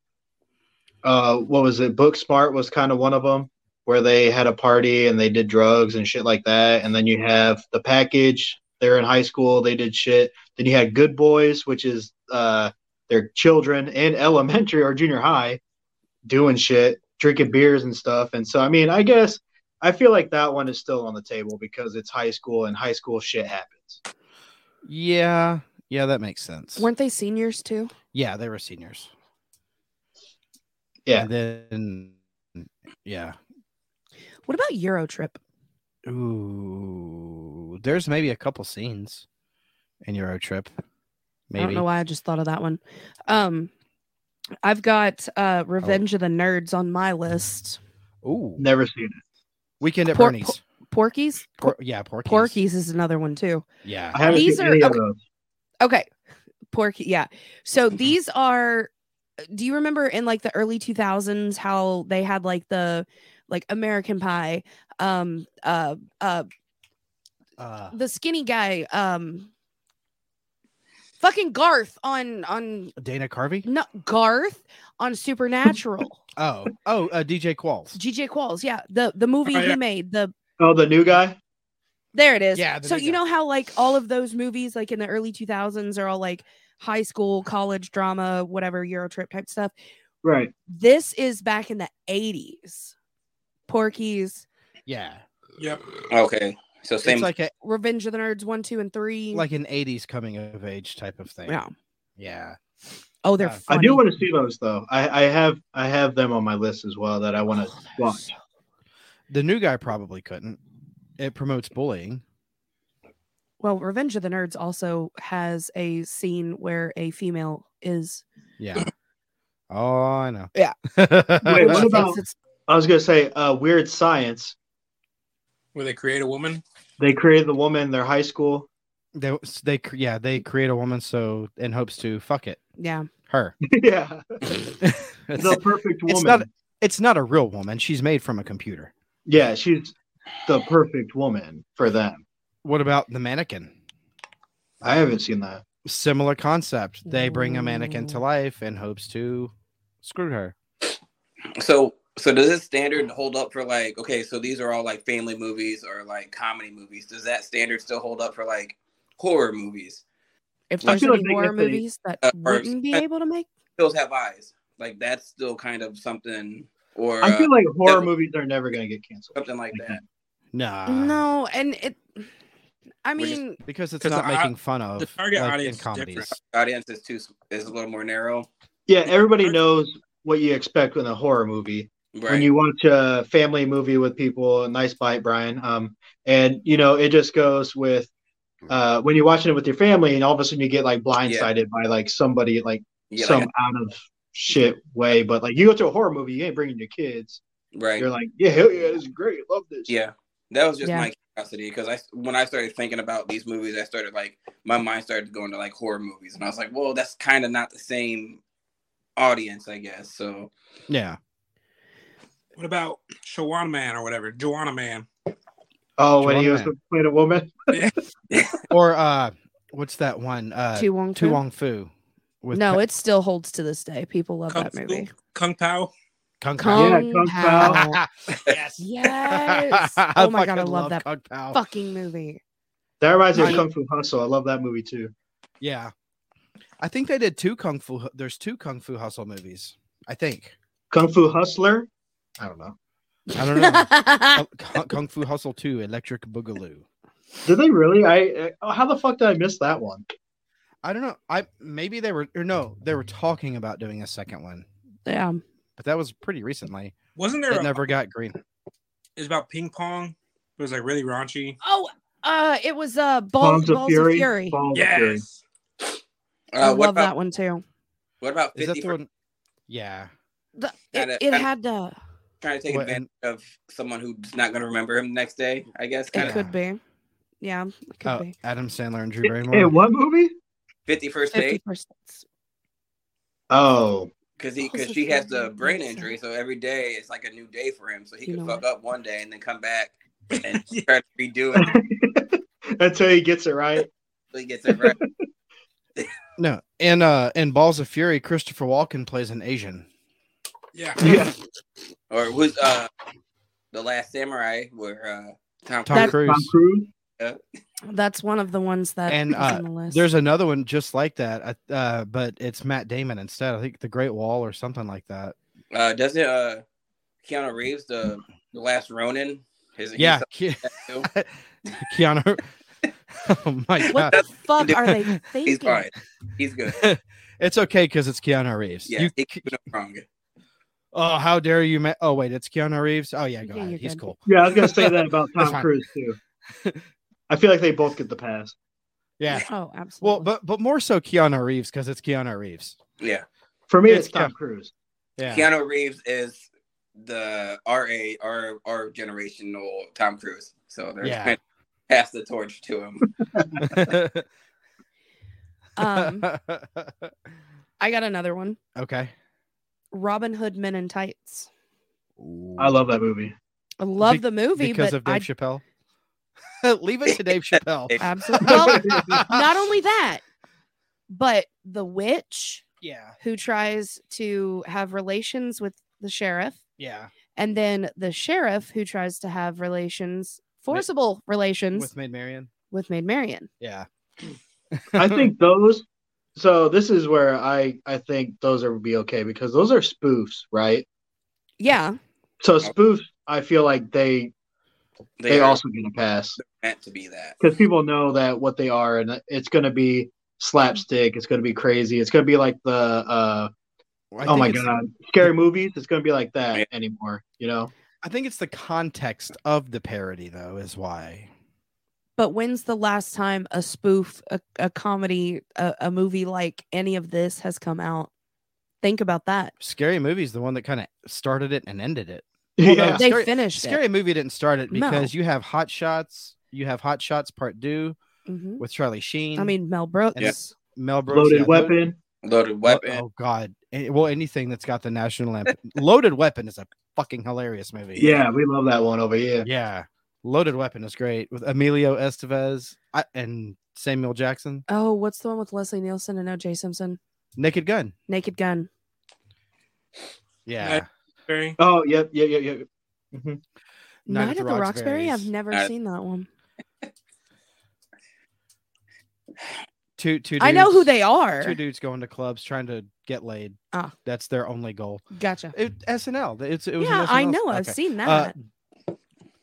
D: Uh, what was it? Book Smart was kind of one of them, where they had a party and they did drugs and shit like that. And then you have the package. They're in high school. They did shit. Then you had Good Boys, which is uh, their children in elementary or junior high doing shit, drinking beers and stuff. And so, I mean, I guess I feel like that one is still on the table because it's high school and high school shit happens.
B: yeah. Yeah, that makes sense.
C: Weren't they seniors too?
B: yeah, they were seniors.
D: Yeah.
B: And then yeah.
C: What about Eurotrip?
B: Ooh. There's maybe a couple scenes in Euro Trip. Maybe.
C: I don't know why I just thought of that one. Um, I've got uh, Revenge
B: Oh.
C: of the Nerds on my list.
B: Ooh.
D: Never seen it.
B: Weekend at
C: Por-
B: Bernie's.
C: Porky's,
B: Por- yeah, Porky's.
C: Porky's is another one too.
B: Yeah.
D: I haven't
C: These
D: seen
C: are-
D: any
C: okay.
D: of those.
C: Okay, Porky. Yeah. So these are. Do you remember in like the early 2000s how they had like the like American Pie, um, uh, uh,
B: Uh,
C: the skinny guy, um, fucking Garth on on
B: Dana Carvey.
C: not Garth on Supernatural.
B: Oh, oh, uh, DJ Qualls.
C: GJ Qualls, yeah, the the movie
G: Oh,
C: he
G: yeah.
C: made. The
D: Oh, the new guy.
C: there it is.
B: Yeah, the
C: So
B: big
C: you
B: guy.
C: know how like all of those movies, like in the early two thousands, are all like high school, college drama, whatever Euro trip type stuff.
D: Right.
C: This is back in the eighties. Porky's,
B: Yeah,
G: Yep.
E: Okay, so same.
B: it's like a
C: Revenge of the Nerds one, two, and three.
B: like an '80s coming of age type of thing.
C: yeah.
B: yeah.
C: Oh, they're.
B: I do
C: Funny.
D: I do want to see those though. I, I have I have them on my list as well that I want to watch.
B: The new guy probably couldn't. It promotes bullying.
C: Well, Revenge of the Nerds also has a scene where a female is.
B: Yeah. Oh, I know.
C: Yeah.
D: Wait, what
C: she thinks
D: about-
C: it's-
D: I was gonna say uh, Weird Science.
G: Where they create a woman.
D: They created the woman in their high school.
B: they they cr- yeah they create a woman so in hopes to fuck it
C: yeah.
B: her.
D: yeah,
B: it's,
D: the perfect woman.
B: it's not it's not a real woman. She's made from a computer.
D: Yeah, she's the perfect woman for them.
B: What about the mannequin?
D: I haven't seen that.
B: Similar concept. They bring a mannequin to
C: Ooh.
B: life in hopes to screw her.
E: so so does this standard hold up for like okay, so these are all like family movies or like comedy movies. Does that standard still hold up for like horror movies?
C: If
D: I
C: there's
D: feel
C: any
D: like they
C: horror
D: get the-
C: movies that
E: uh, or-
C: wouldn't be able to make.
E: Those have eyes. Like that's still kind of something or
D: I feel
E: uh,
D: like horror
E: yeah.
D: movies are never gonna get canceled.
E: something like that.
B: Nah.
C: no and it i
E: We're just-
C: mean
B: because it's
G: 'Cause
B: not
G: the-
B: making fun of
G: the target
B: like,
G: audience
B: in
G: is
B: comedies.
G: different.
E: Audience is too is a little more narrow.
D: Yeah, everybody knows what you expect in a horror movie.
E: Right.
D: when you watch a family movie with people. Nice bite, Brian. Um, and you know, it just goes with uh, when you're watching it with your family, and all of a sudden you get like blindsided by like somebody like
E: You get,
D: some
E: like,
D: out of shit way, but like you go to a horror movie, you ain't bringing your kids.
E: right?
D: You're like, yeah, hell yeah, this is great, love this.
E: Yeah, that was just
C: Yeah.
E: my curiosity because I when I started thinking about these movies, I started like my mind started going to like horror movies, and I was like, well, that's kind of not the same audience, I guess. So
B: Yeah.
G: What about Shawana Man or whatever? Joanna Man.
D: Oh, when he
B: Joanna
D: was
B: Man.
D: playing a woman,
B: Or uh what's that one? Uh
C: Tu Wong
B: Tu
C: Fu?
B: Wong Fu with
C: no,
B: Pe-
C: it still holds to this day. People love
G: Kung
C: that
G: Fu?
C: movie.
G: Kung Pao.
B: Kung Pao.
C: Kung
D: Yeah, Kung
C: Pao.
D: Pao.
G: Yes.
C: Yes. Oh my god, I
B: fucking
C: love that
B: Kung Pao.
C: fucking movie.
D: that reminds me of
C: Right.
D: Kung Fu Hustle. I love that movie too.
B: Yeah. I think they did two Kung Fu there's two Kung Fu Hustle movies. I think.
D: Kung Fu Hustler. I don't know.
B: I don't know.
C: Ah.
B: Oh, Kung Kung Fu Hustle 2 Electric Boogaloo.
D: Did they really? I uh, how the fuck did I miss that one?
B: I don't know. I maybe they were or no, they were talking about doing a second one,
C: yeah.
B: but that was pretty recently.
G: Wasn't there?
B: It
G: A,
B: never got green.
G: it was about ping pong. It was like really raunchy.
C: Oh, uh, it was uh, Ball, Balls, of Fury.
D: Balls of Fury.
G: Yes.
C: I
E: uh, what
C: love
E: about
C: that one too.
E: what about
B: Is that
E: fifty?
B: the
E: For,
B: one? Yeah.
C: The-
E: Had
C: it
E: a-
C: it
E: had a-
C: had uh,
E: trying to take
B: What-
E: advantage of someone who's not going to remember him the next day, I guess.
C: it
E: Kind of
B: kinda-
C: could be, yeah, it could
B: Oh,
C: be.
B: Adam Sandler and Drew
D: It,
B: Barrymore.
D: what movie?
E: fifty first
C: Fifty
E: date
C: percent.
D: Oh,
E: because he
C: What was
E: because
C: his
E: she has
C: name?
E: the brain
C: What's
E: injury, so every day it's like a new day for him. So he
C: You
E: could
C: know
E: fuck
C: what?
E: up one day and then come back and try to redo it
D: until he gets it right.
E: until he gets it right.
B: No, and uh, in Balls of Fury, Christopher Walken plays an Asian.
G: Yeah.
D: Yeah,
E: or was uh the last samurai where uh Tom,
B: Tom
C: That-
B: Cruise.
D: Tom Cruise.
C: That's one of the ones that
B: And,
C: was
B: uh,
C: on the list.
B: There's another one just like that, uh, uh, but it's Matt Damon instead. I think The Great Wall or something like that.
E: uh doesn't uh Keanu Reeves the the last Ronin his
B: Yeah, Ke-
E: too.
B: Keanu. oh my
C: what
B: god,
C: the fuck are they thinking?
E: he's fine he's good
B: it's okay because it's Keanu Reeves.
E: yeah
B: You-
E: he can do no wrong
B: oh, how dare you? Ma- oh wait, it's Keanu Reeves. Oh yeah, go
C: Yeah,
B: ahead.
C: you're
B: He's
C: good.
B: cool.
D: Yeah, I was gonna say that about
B: That's
D: Tom
B: fine.
D: Cruise too. I feel like they both get the pass.
B: Yeah.
C: Oh,
B: Well,
C: absolutely.
B: but but more so Keanu Reeves because it's Keanu Reeves.
E: yeah.
D: For me,
B: It's
D: it's Tom Cruise.
B: Yeah.
E: Keanu Reeves is the RA our our generational Tom Cruise so they're
B: Yeah.
E: gonna pass the torch to him
C: um, I got another one.
B: okay.
C: Robin Hood Men in Tights.
D: I love that movie.
C: I love
B: Be-
C: the movie,
B: because
C: but
B: of Dave
C: I
B: Chappelle. Leave it to Dave Chappelle.
C: absolutely. Well, not only that, but the witch
B: yeah,
C: who tries to have relations with the sheriff,
B: yeah.
C: and then the sheriff who tries to have relations, forcible relations
B: With
C: with,
B: Maid Marian.
C: Maid Marian.
B: Yeah.
D: I think those. So this is where I I think those are would be okay because those are spoofs, right?
C: Yeah,
D: So spoofs, I feel like they
E: they,
D: they,
E: are
D: also get a pass
E: meant to be that
D: because people know that what they are and it's gonna be slapstick. It's gonna be crazy. It's gonna be like the uh
B: Well, I
D: oh
B: think
D: my
B: it's-
D: god scary movies. It's gonna be like that
E: Yeah.
D: anymore. You know.
B: I think it's the context of the parody though is why.
C: but when's the last time a spoof, a, a comedy, a, a movie like any of this has come out? Think about that.
B: Scary Movie's the one that kind of started it and ended it.
D: yeah.
B: Well,
C: They
B: Scary-
C: finished
B: Scary
C: it.
B: Movie didn't start it
C: No.
B: because you have Hot Shots, you have Hot Shots Part 2
C: Mhm.
B: with Charlie Sheen.
C: I mean, Mel Brooks.
B: Mel Brooks
D: Loaded
B: yeah, tho-
D: Weapon.
E: loaded
B: Lo-
E: weapon
B: Oh god. Any- Well, anything that's got the national lamp. Loaded Weapon is a fucking hilarious movie.
D: Yeah, we love that one over here.
B: Yeah. Loaded Weapon is great with Emilio Estevez I- and Samuel Jackson.
C: Oh, what's the one with Leslie Nielsen and O.J. Simpson?
B: Naked Gun.
C: Naked Gun.
B: Yeah.
G: Very.
D: Oh, yep, yep, yep, yep. Mhm.
B: Night
C: Night,
B: at
C: at
B: the
C: the Roxbury. I've
B: Roxbury's.
C: never
E: Night-
C: seen that one.
B: Two two
C: I know who
B: dudes-
C: they are.
B: Two dudes going to clubs trying to get laid.
C: Ah.
B: That's their only goal.
C: Gotcha.
B: It, SNL. It's it was an
C: Yeah, I
B: SNL
C: know. I've
B: okay.
C: seen that.
B: Uh,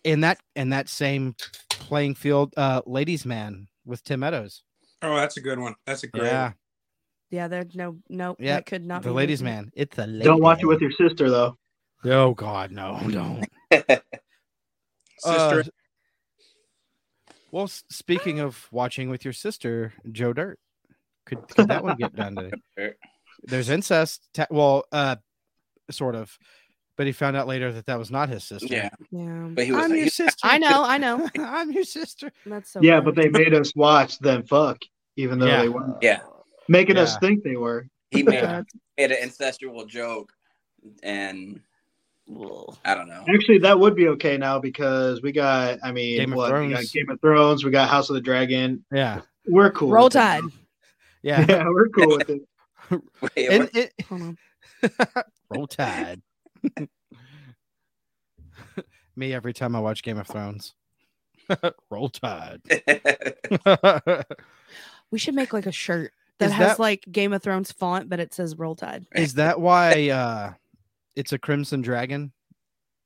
B: in that in that same playing field, uh Ladies Man with Tim Meadows.
G: Oh, that's a good one. That's a great.
B: Yeah.
G: One.
C: yeah, there's no, no,
B: yeah,
C: that could not
B: the
C: be.
B: ladies
C: Whitney.
B: man. It's a lady.
D: Don't watch it with your sister though.
B: Oh God, no, don't.
G: Sister.
B: Uh, well, s- speaking of watching with your sister, Joe Dirt, could, could that one get done today? There's incest. Ta- well, uh, sort of, but he found out later that that was not his sister.
E: Yeah,
C: Yeah.
E: but he was.
B: I'm
E: Like,
B: your sister.
C: I know, I know.
B: I'm your sister.
C: That's so
D: yeah,
C: funny.
D: but they made us watch them fuck, even though
B: Yeah.
D: they weren't.
E: yeah,
D: Making us
B: Yeah.
D: think they were.
E: he made,
B: Uh,
C: Yeah.
E: made an ancestral joke, and
C: Ugh.
E: I don't know.
D: Actually, that would be okay now because we got, I mean,
B: Game of
D: what? We got
B: Thrones.
D: Game of Thrones, we got House of the Dragon.
B: Yeah,
D: We're cool.
C: Roll
D: with it.
C: Tide.
B: yeah.
D: Yeah, we're cool with it.
E: Wait,
B: And
E: what-
B: it,
C: Hold on.
B: roll tide. Me every time I watch Game of Thrones. roll tide.
C: We should make like a shirt that
B: Is
C: has
B: that-
C: like Game of Thrones font, but it says Roll Tide.
B: Is that why uh, it's a Crimson Dragon?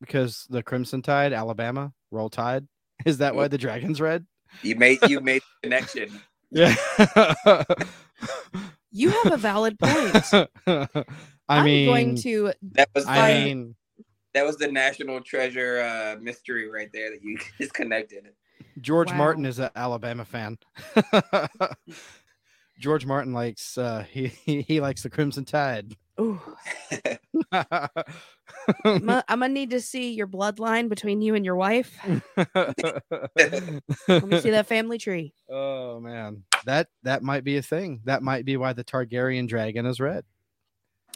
B: Because the Crimson Tide, Alabama, roll tide. Is that why the dragon's red?
E: you made you made the connection.
B: Yeah.
C: You have a valid point.
B: I mean,
C: am going to
E: That was
B: I
E: the-
B: mean,
E: that was the national treasure uh, mystery right there that you just connected.
B: George Martin
C: Wow.
B: is an Alabama fan. George Martin likes uh, he, he he likes the Crimson Tide.
C: ooh, I'm gonna I'm gonna need to see your bloodline between you and your wife. Let me see that family tree.
B: Oh man, that that might be a thing. That might be why the Targaryen dragon is red.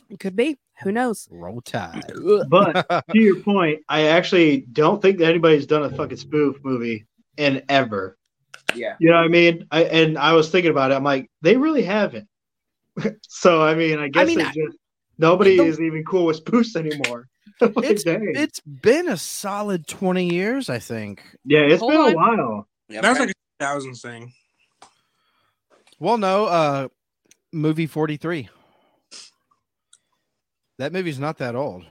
C: It could be. Who knows?
B: Roll Tide.
D: But to your point, I actually don't think that anybody's done a fucking spoof movie in ever.
E: Yeah,
D: You know what I mean? I and I was thinking about it. I'm like, they really haven't. so I mean, I guess
C: mean,
D: it's
C: I-
D: just nobody
C: the-
D: is even cool with spoofs anymore. Like, dang.
B: it's been a solid twenty years, I think.
D: yeah, it's
C: Hold
D: been
C: on.
D: a while.
E: yeah
G: That was
E: right.
G: like a 2000 thing.
B: Well, no, uh, movie forty three. That movie's not that old.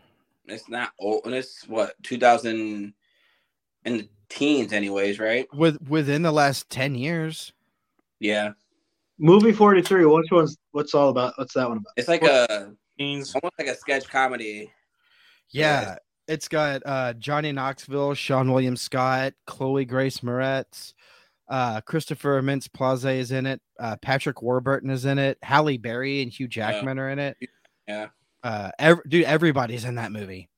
E: it's not old. and It's what two thousand in the teens, anyways, right?
B: With within the last ten years.
E: Yeah,
D: Movie 43. Which one's what's all about? What's that one about?
E: it's like a
G: Means
E: almost like a sketch comedy.
B: Yeah.
E: Yeah.
B: It's got uh, Johnny Knoxville, Sean William Scott, Chloe Grace Moretz, uh, Christopher Mintz Plaze is in it. Uh, Patrick Warburton is in it. Halle Berry and Hugh Jackman are in it.
E: Yeah.
B: Uh, ev- dude, everybody's in that movie.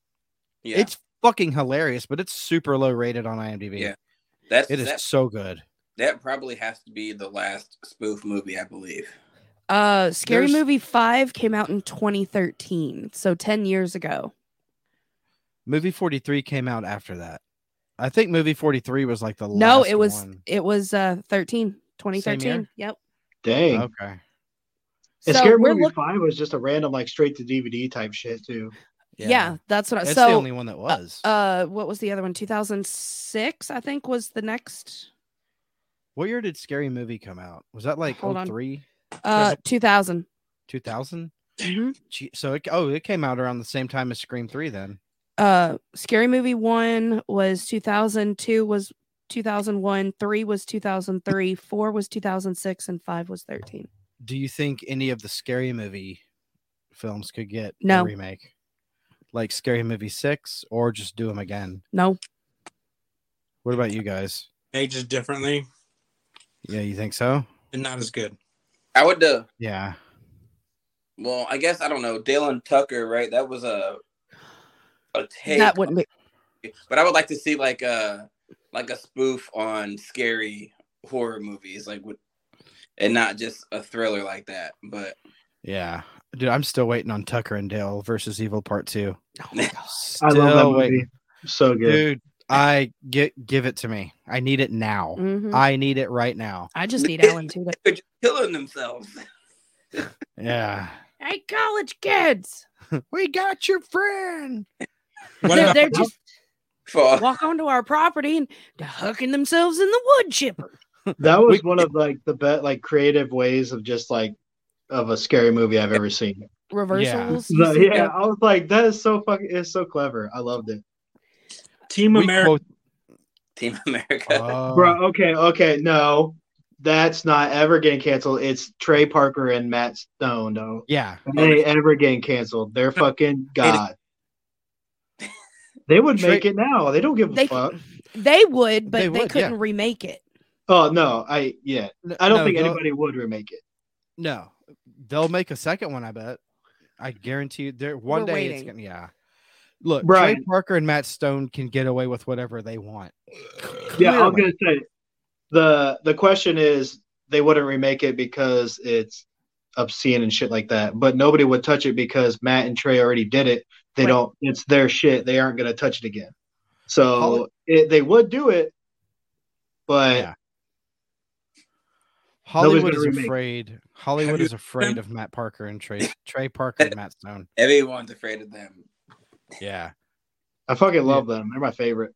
E: Yeah,
B: It's fucking hilarious, but it's super low rated on IMDb.
E: Yeah. that's
B: It is
E: that,
B: so good.
E: that probably has to be the last spoof movie, I believe.
C: Uh, Scary
B: There's-
C: Movie Five came out in 2013, so 10 years ago.
B: Movie 43 came out after that. I think movie 43 was like the
C: no,
B: last
C: it was
B: one.
C: it was uh 13, 2013.
B: year?
C: Yep.
D: Dang.
B: Okay.
D: and
C: so
D: Scary
C: we're
D: Movie
C: look-
D: 5 was just a random, like straight to DVD type shit, too.
C: yeah. that's what I
B: It's
C: Uh, so
B: the only one that was.
C: uh what was the other one? 2006, I think was the next
B: What year did Scary Movie come out? Was that like
C: Hold on.
B: 03,
C: uh 2000.
B: 2000?
C: Mhm.
B: Gee, So it, oh, it came out around the same time as Scream 3 then.
C: Uh Scary Movie 1 was 2002 was 2001, 3 was 2003, 4 was 2006 and 5 was 13.
B: Do you think any of the Scary Movie films could get
C: No.
B: a remake? Like Scary Movie 6 or just do them again?
C: No.
B: What about you guys?
G: ages differently
B: Yeah, you think so?
G: and not as good.
E: I would. Uh,
B: Yeah.
E: well, I guess I don't know. Dylan Tucker, right? That was a a take.
C: that wouldn't be
E: but I would like to see like a like a spoof on scary horror movies, like with, and not just a thriller like that. But
B: Yeah. Dude, I'm still waiting on Tucker and Dale versus Evil Part 2.
D: I
B: Still
D: love that
B: waiting.
D: movie. So good.
B: Dude, I get give it to me. I need it now.
C: Mhm.
B: I need it right now.
C: I just need Alan too. to-
E: they're just killing themselves.
B: Yeah.
C: Hey college kids.
B: We got your friend.
G: What
C: They're,
G: about
C: they're just
E: For
C: walk onto our property and they're hooking themselves in the wood chipper.
D: That was
B: We-
D: one of like the best, like creative ways of just like of a scary movie I've ever seen.
C: Reversals. you
D: So,
C: see
D: yeah,
C: the-
D: I was like, that is so fucking, it's so clever. I loved it,
G: Team
B: We
G: America?
B: quote-
E: Team America.
B: Oh,
D: bro. Okay, okay, no, that's not ever getting canceled. It's Trey Parker and Matt Stone. No,
B: yeah.
D: they ever getting canceled. They're fucking god. They would
B: Trey-
D: make it now. They don't give a
C: They-
D: fuck.
C: They would, but
B: They
C: they,
B: would, yeah.
C: couldn't remake it.
D: Oh no, I yeah, I don't
B: No,
D: think
B: they'll-
D: anybody would remake it.
B: No, they'll make a second one. I bet. I guarantee you, there one
C: We're
B: day it's
C: waiting.
B: gonna. Yeah. Look, Trey
D: Brian.
B: Parker and Matt Stone can get away with whatever they want.
D: Yeah, I
B: Clearly.
D: was gonna say the the question is they wouldn't remake it because it's obscene and shit like that. But nobody would touch it because Matt and Trey already did it. They
C: Right.
D: don't. It's their shit. They aren't gonna touch it again. So
B: Holly-
D: it, they would do it, but
B: Yeah. Hollywood
D: gonna
B: is
D: remake it.
B: afraid. Hollywood
G: you
B: is afraid of Matt Parker and Trey Trey Parker and Matt Stone.
E: Everyone's afraid of them.
B: Yeah,
D: I fucking love them. They're my favorite.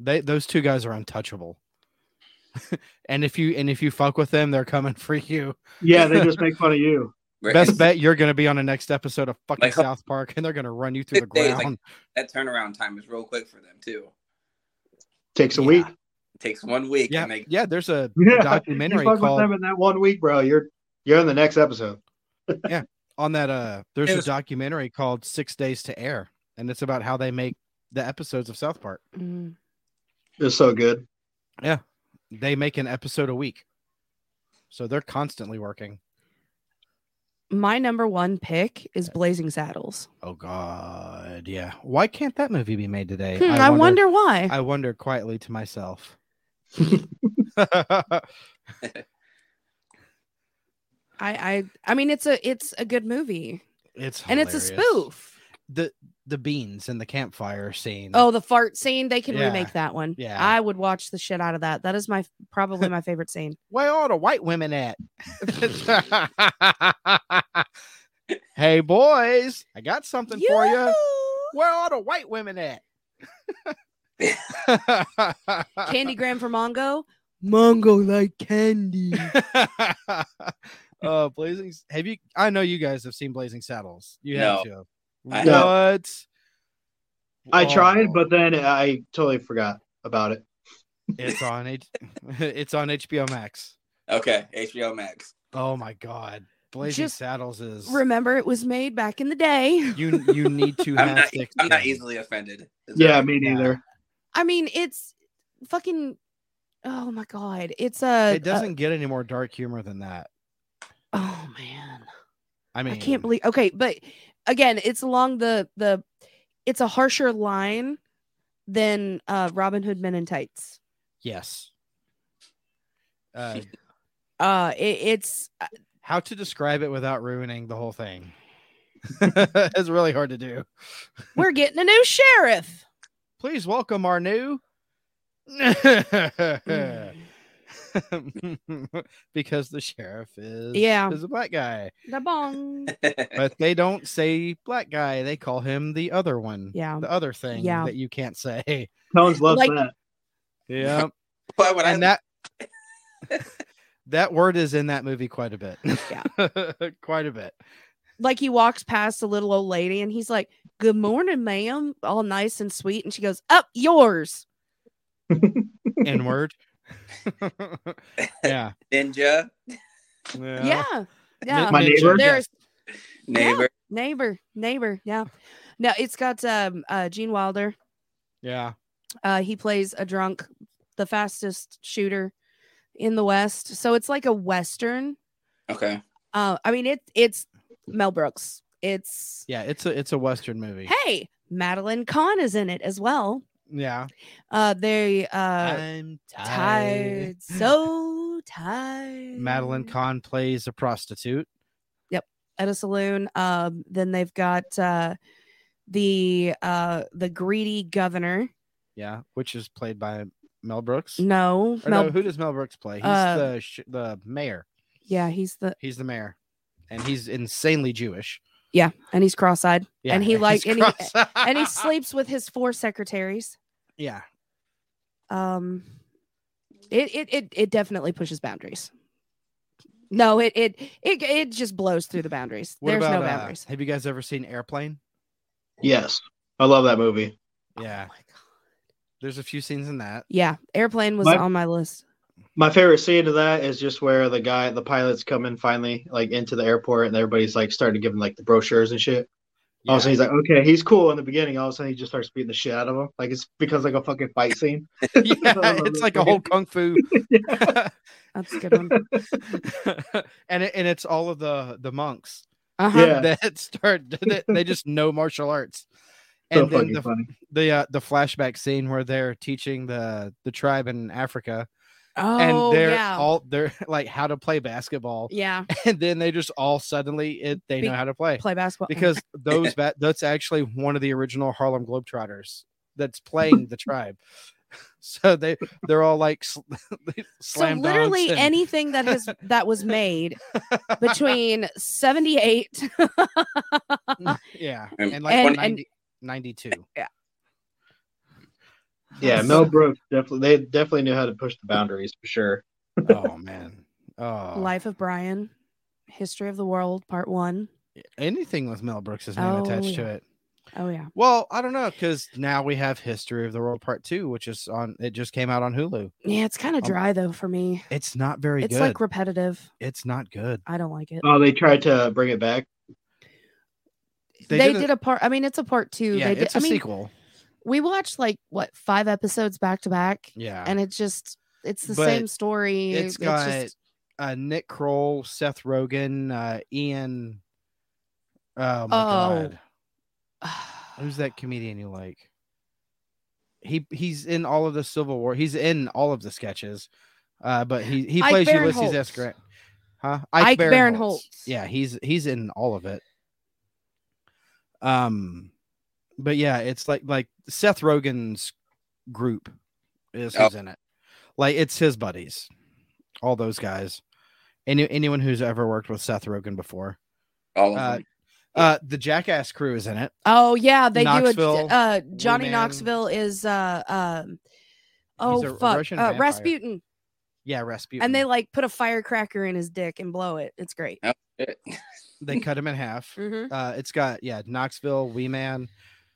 B: they those two guys are untouchable. and if you and if you fuck with them, they're coming for you.
D: Yeah, they just make fun of you.
E: Right?
B: Best bet you're going to be on the next episode of fucking
E: Like, how-
B: South Park, and they're going to run you through the
E: Six days, like-
B: ground.
E: That turnaround time is real quick for them too.
D: Takes a
B: Yeah.
D: week.
E: It takes one week.
B: yeah,
E: and they,
B: yeah. There's a
D: Yeah,
B: documentary
D: you fuck with
B: called
D: them in that one week, bro. You're you're in the next episode.
B: on that. Uh, there's
G: It
B: a
G: was-
B: documentary called Six Days to Air, and it's about how they make the episodes of South Park.
C: Mm.
D: It's so good.
B: They make an episode a week, so they're constantly working.
C: My number one pick is Blazing Saddles.
B: Oh God, yeah. Why can't that movie be made today?
C: Hmm, I, wonder, why.
B: I wonder quietly to myself.
C: I, I I mean it's a it's a good movie
B: it's
C: and it's a
B: hilarious.
C: spoof.
B: The the beans and the campfire scene.
C: Oh, the fart scene. They can
B: Yeah.
C: remake that one.
B: Yeah.
C: I would watch the shit out of that. That is my probably my favorite scene.
B: where are the white women at? hey boys, I got something for you. Where are the white women at?
C: Candygram for Mongo. Mongo like candy.
B: uh blazing have you i know you guys have seen blazing saddles you have to
E: I
B: what
E: have.
D: I tried,
B: Oh,
D: but then I totally forgot about it.
B: it's on H- it's on hbo max
E: okay, HBO Max.
B: oh my god blazing
C: Just
B: saddles is
C: Remember, it was made back in the day.
B: you you need to
E: I'm
B: have
E: not.
B: six
E: I'm not
B: days.
E: easily offended. Is
D: Yeah,
E: that-
D: me neither.
C: I mean, it's fucking. Oh my god, it's a.
B: it doesn't get any more dark humor than that
C: a- oh man,
B: i mean
C: I can't believe. Okay, but again, it's along the the. It's a harsher line than uh, Robin Hood Men in Tights.
B: yes uh,
C: Uh, it, it's
B: how to describe it without ruining the whole thing it's really hard to do
C: we're getting a new sheriff.
B: please welcome our new because the sheriff is
C: Yeah.
B: is a black guy
C: Da bong.
B: but they don't say black guy they call him the other one
C: Yeah.
B: the other thing
C: Yeah.
B: that you can't say
D: No one's loved
C: Like-
D: that.
B: yeah
E: Why would I?
B: and that that word is in that movie quite a bit quite a bit
C: like he walks past a little old lady and he's like, Good morning, ma'am, all nice and sweet. And she goes, Up yours.
B: n word yeah
E: ninja
C: Yeah. Yeah.
D: My
B: Ninja.
D: neighbor?
C: There's
E: neighbor.
C: neighbor, neighbor. Yeah. No, it's got um uh Gene Wilder.
B: yeah
C: Uh he plays a drunk, the fastest shooter in the West. So it's like a Western.
E: Okay.
C: Uh I mean it it's Mel Brooks. It's
B: yeah it's a it's a western movie
C: hey, Madeline Kahn is in it as well.
B: yeah
C: Uh they uh
B: i'm
C: tired, so tired.
B: Madeline Kahn plays a prostitute.
C: at a saloon. Um, then they've got uh, the uh, the greedy governor.
B: Yeah, which is played by Mel Brooks.
C: No,
B: Or
C: Mel-
B: no, who does Mel Brooks play? He's
C: uh,
B: the sh- the mayor.
C: yeah, he's the
B: He's the mayor, and he's insanely Jewish.
C: yeah, and he's cross-eyed,
B: Yeah,
C: And he
B: he's
C: like- and he-
B: cross-
C: and he sleeps with his four secretaries.
B: yeah,
C: Um, it it it, it definitely pushes boundaries. No, it it it it just blows through the boundaries.
B: What
C: There's
B: about,
C: no
B: uh,
C: boundaries.
B: have you guys ever seen Airplane?
D: Yes, I love that movie.
B: Yeah,
C: Oh my God.
B: there's a few scenes in that.
C: Yeah, airplane was
D: My-
C: on my list.
D: My favorite scene of that is just where the guy, the pilots come in finally, like into the airport, and everybody's like starting to give him like the brochures and shit. All
B: Yeah.
D: of a sudden, he's like, okay, he's cool in the beginning. All of a sudden, he just starts beating the shit out of him. Like it's becomes like a fucking fight scene.
B: yeah, it's like a whole kung fu.
C: That's a good one.
B: and it, and it's all of the the monks
C: Uh-huh.
D: Yeah.
B: that start that they just know martial arts.
D: So
B: And then
D: fucking
B: the
D: funny.
B: the, uh, the flashback scene where they're teaching the the tribe in Africa
C: Oh,
B: and they're
C: yeah.
B: all they're like how to play basketball
C: yeah.
B: and then they just all suddenly it, they
C: Be-
B: know how to play
C: Play basketball.
B: because those ba- that's actually one of the original Harlem Globetrotters that's playing the tribe. So they they're all like sl-
C: so
B: slam
C: literally
B: dunks and-
C: anything that has that was made between 78
B: yeah
E: And-
B: and like
C: and-
B: 90 92
D: Yeah, Mel Brooks definitely they definitely knew how to push the boundaries for sure.
B: oh man oh
C: Life of Brian, History of the World, Part One.
B: anything with Mel Brooks' name
C: Oh,
B: attached to
C: yeah.
B: it
C: Oh yeah.
B: well I don't know because now we have History of the World Part Two which is on it just came out on Hulu
C: Yeah, it's kind of
B: Um,
C: dry though for me.
B: it's not very
C: It's
B: good
C: like repetitive.
B: it's not good
C: I don't like it.
D: Oh, they tried to bring it back.
C: they did, a part. I mean, it's a part two.
B: yeah
C: they did,
B: it's a
C: I mean,
B: sequel
C: we watched like what five episodes back to back,
B: yeah
C: and it just it's the
B: But
C: same story.
B: it's got uh, Nick Kroll, Seth Rogen, uh, Ian. Oh my
C: Oh.
B: god, who's that comedian you like? He he's in all of the Civil War. He's in all of the sketches, uh, but he he
C: Ike
B: plays Ulysses
C: Barinholtz.
B: S. Grant. Huh?
C: Ike
B: Barinholtz.
C: Barinholtz.
B: Yeah, he's he's in all of it. Um, but yeah, it's like like Seth Rogen's group is
E: Oh.
B: who's in it. Like it's his buddies, all those guys. Any anyone who's ever worked with Seth Rogen before.
E: All of
B: Uh,
E: them.
B: uh, the Jackass crew is in it.
C: Oh yeah, they
B: Knoxville,
C: do. A, uh, Johnny
B: Wee Man.
C: Knoxville is uh um. Oh
B: a
C: fuck,
B: Russian
C: uh,
B: vampire.
C: Rasputin,
B: Yeah, Rasputin.
C: and they like put a firecracker in his dick and blow it. It's great.
E: Shit.
B: they cut him in half.
C: Mhm.
B: Uh, it's got yeah Knoxville, Wee Man,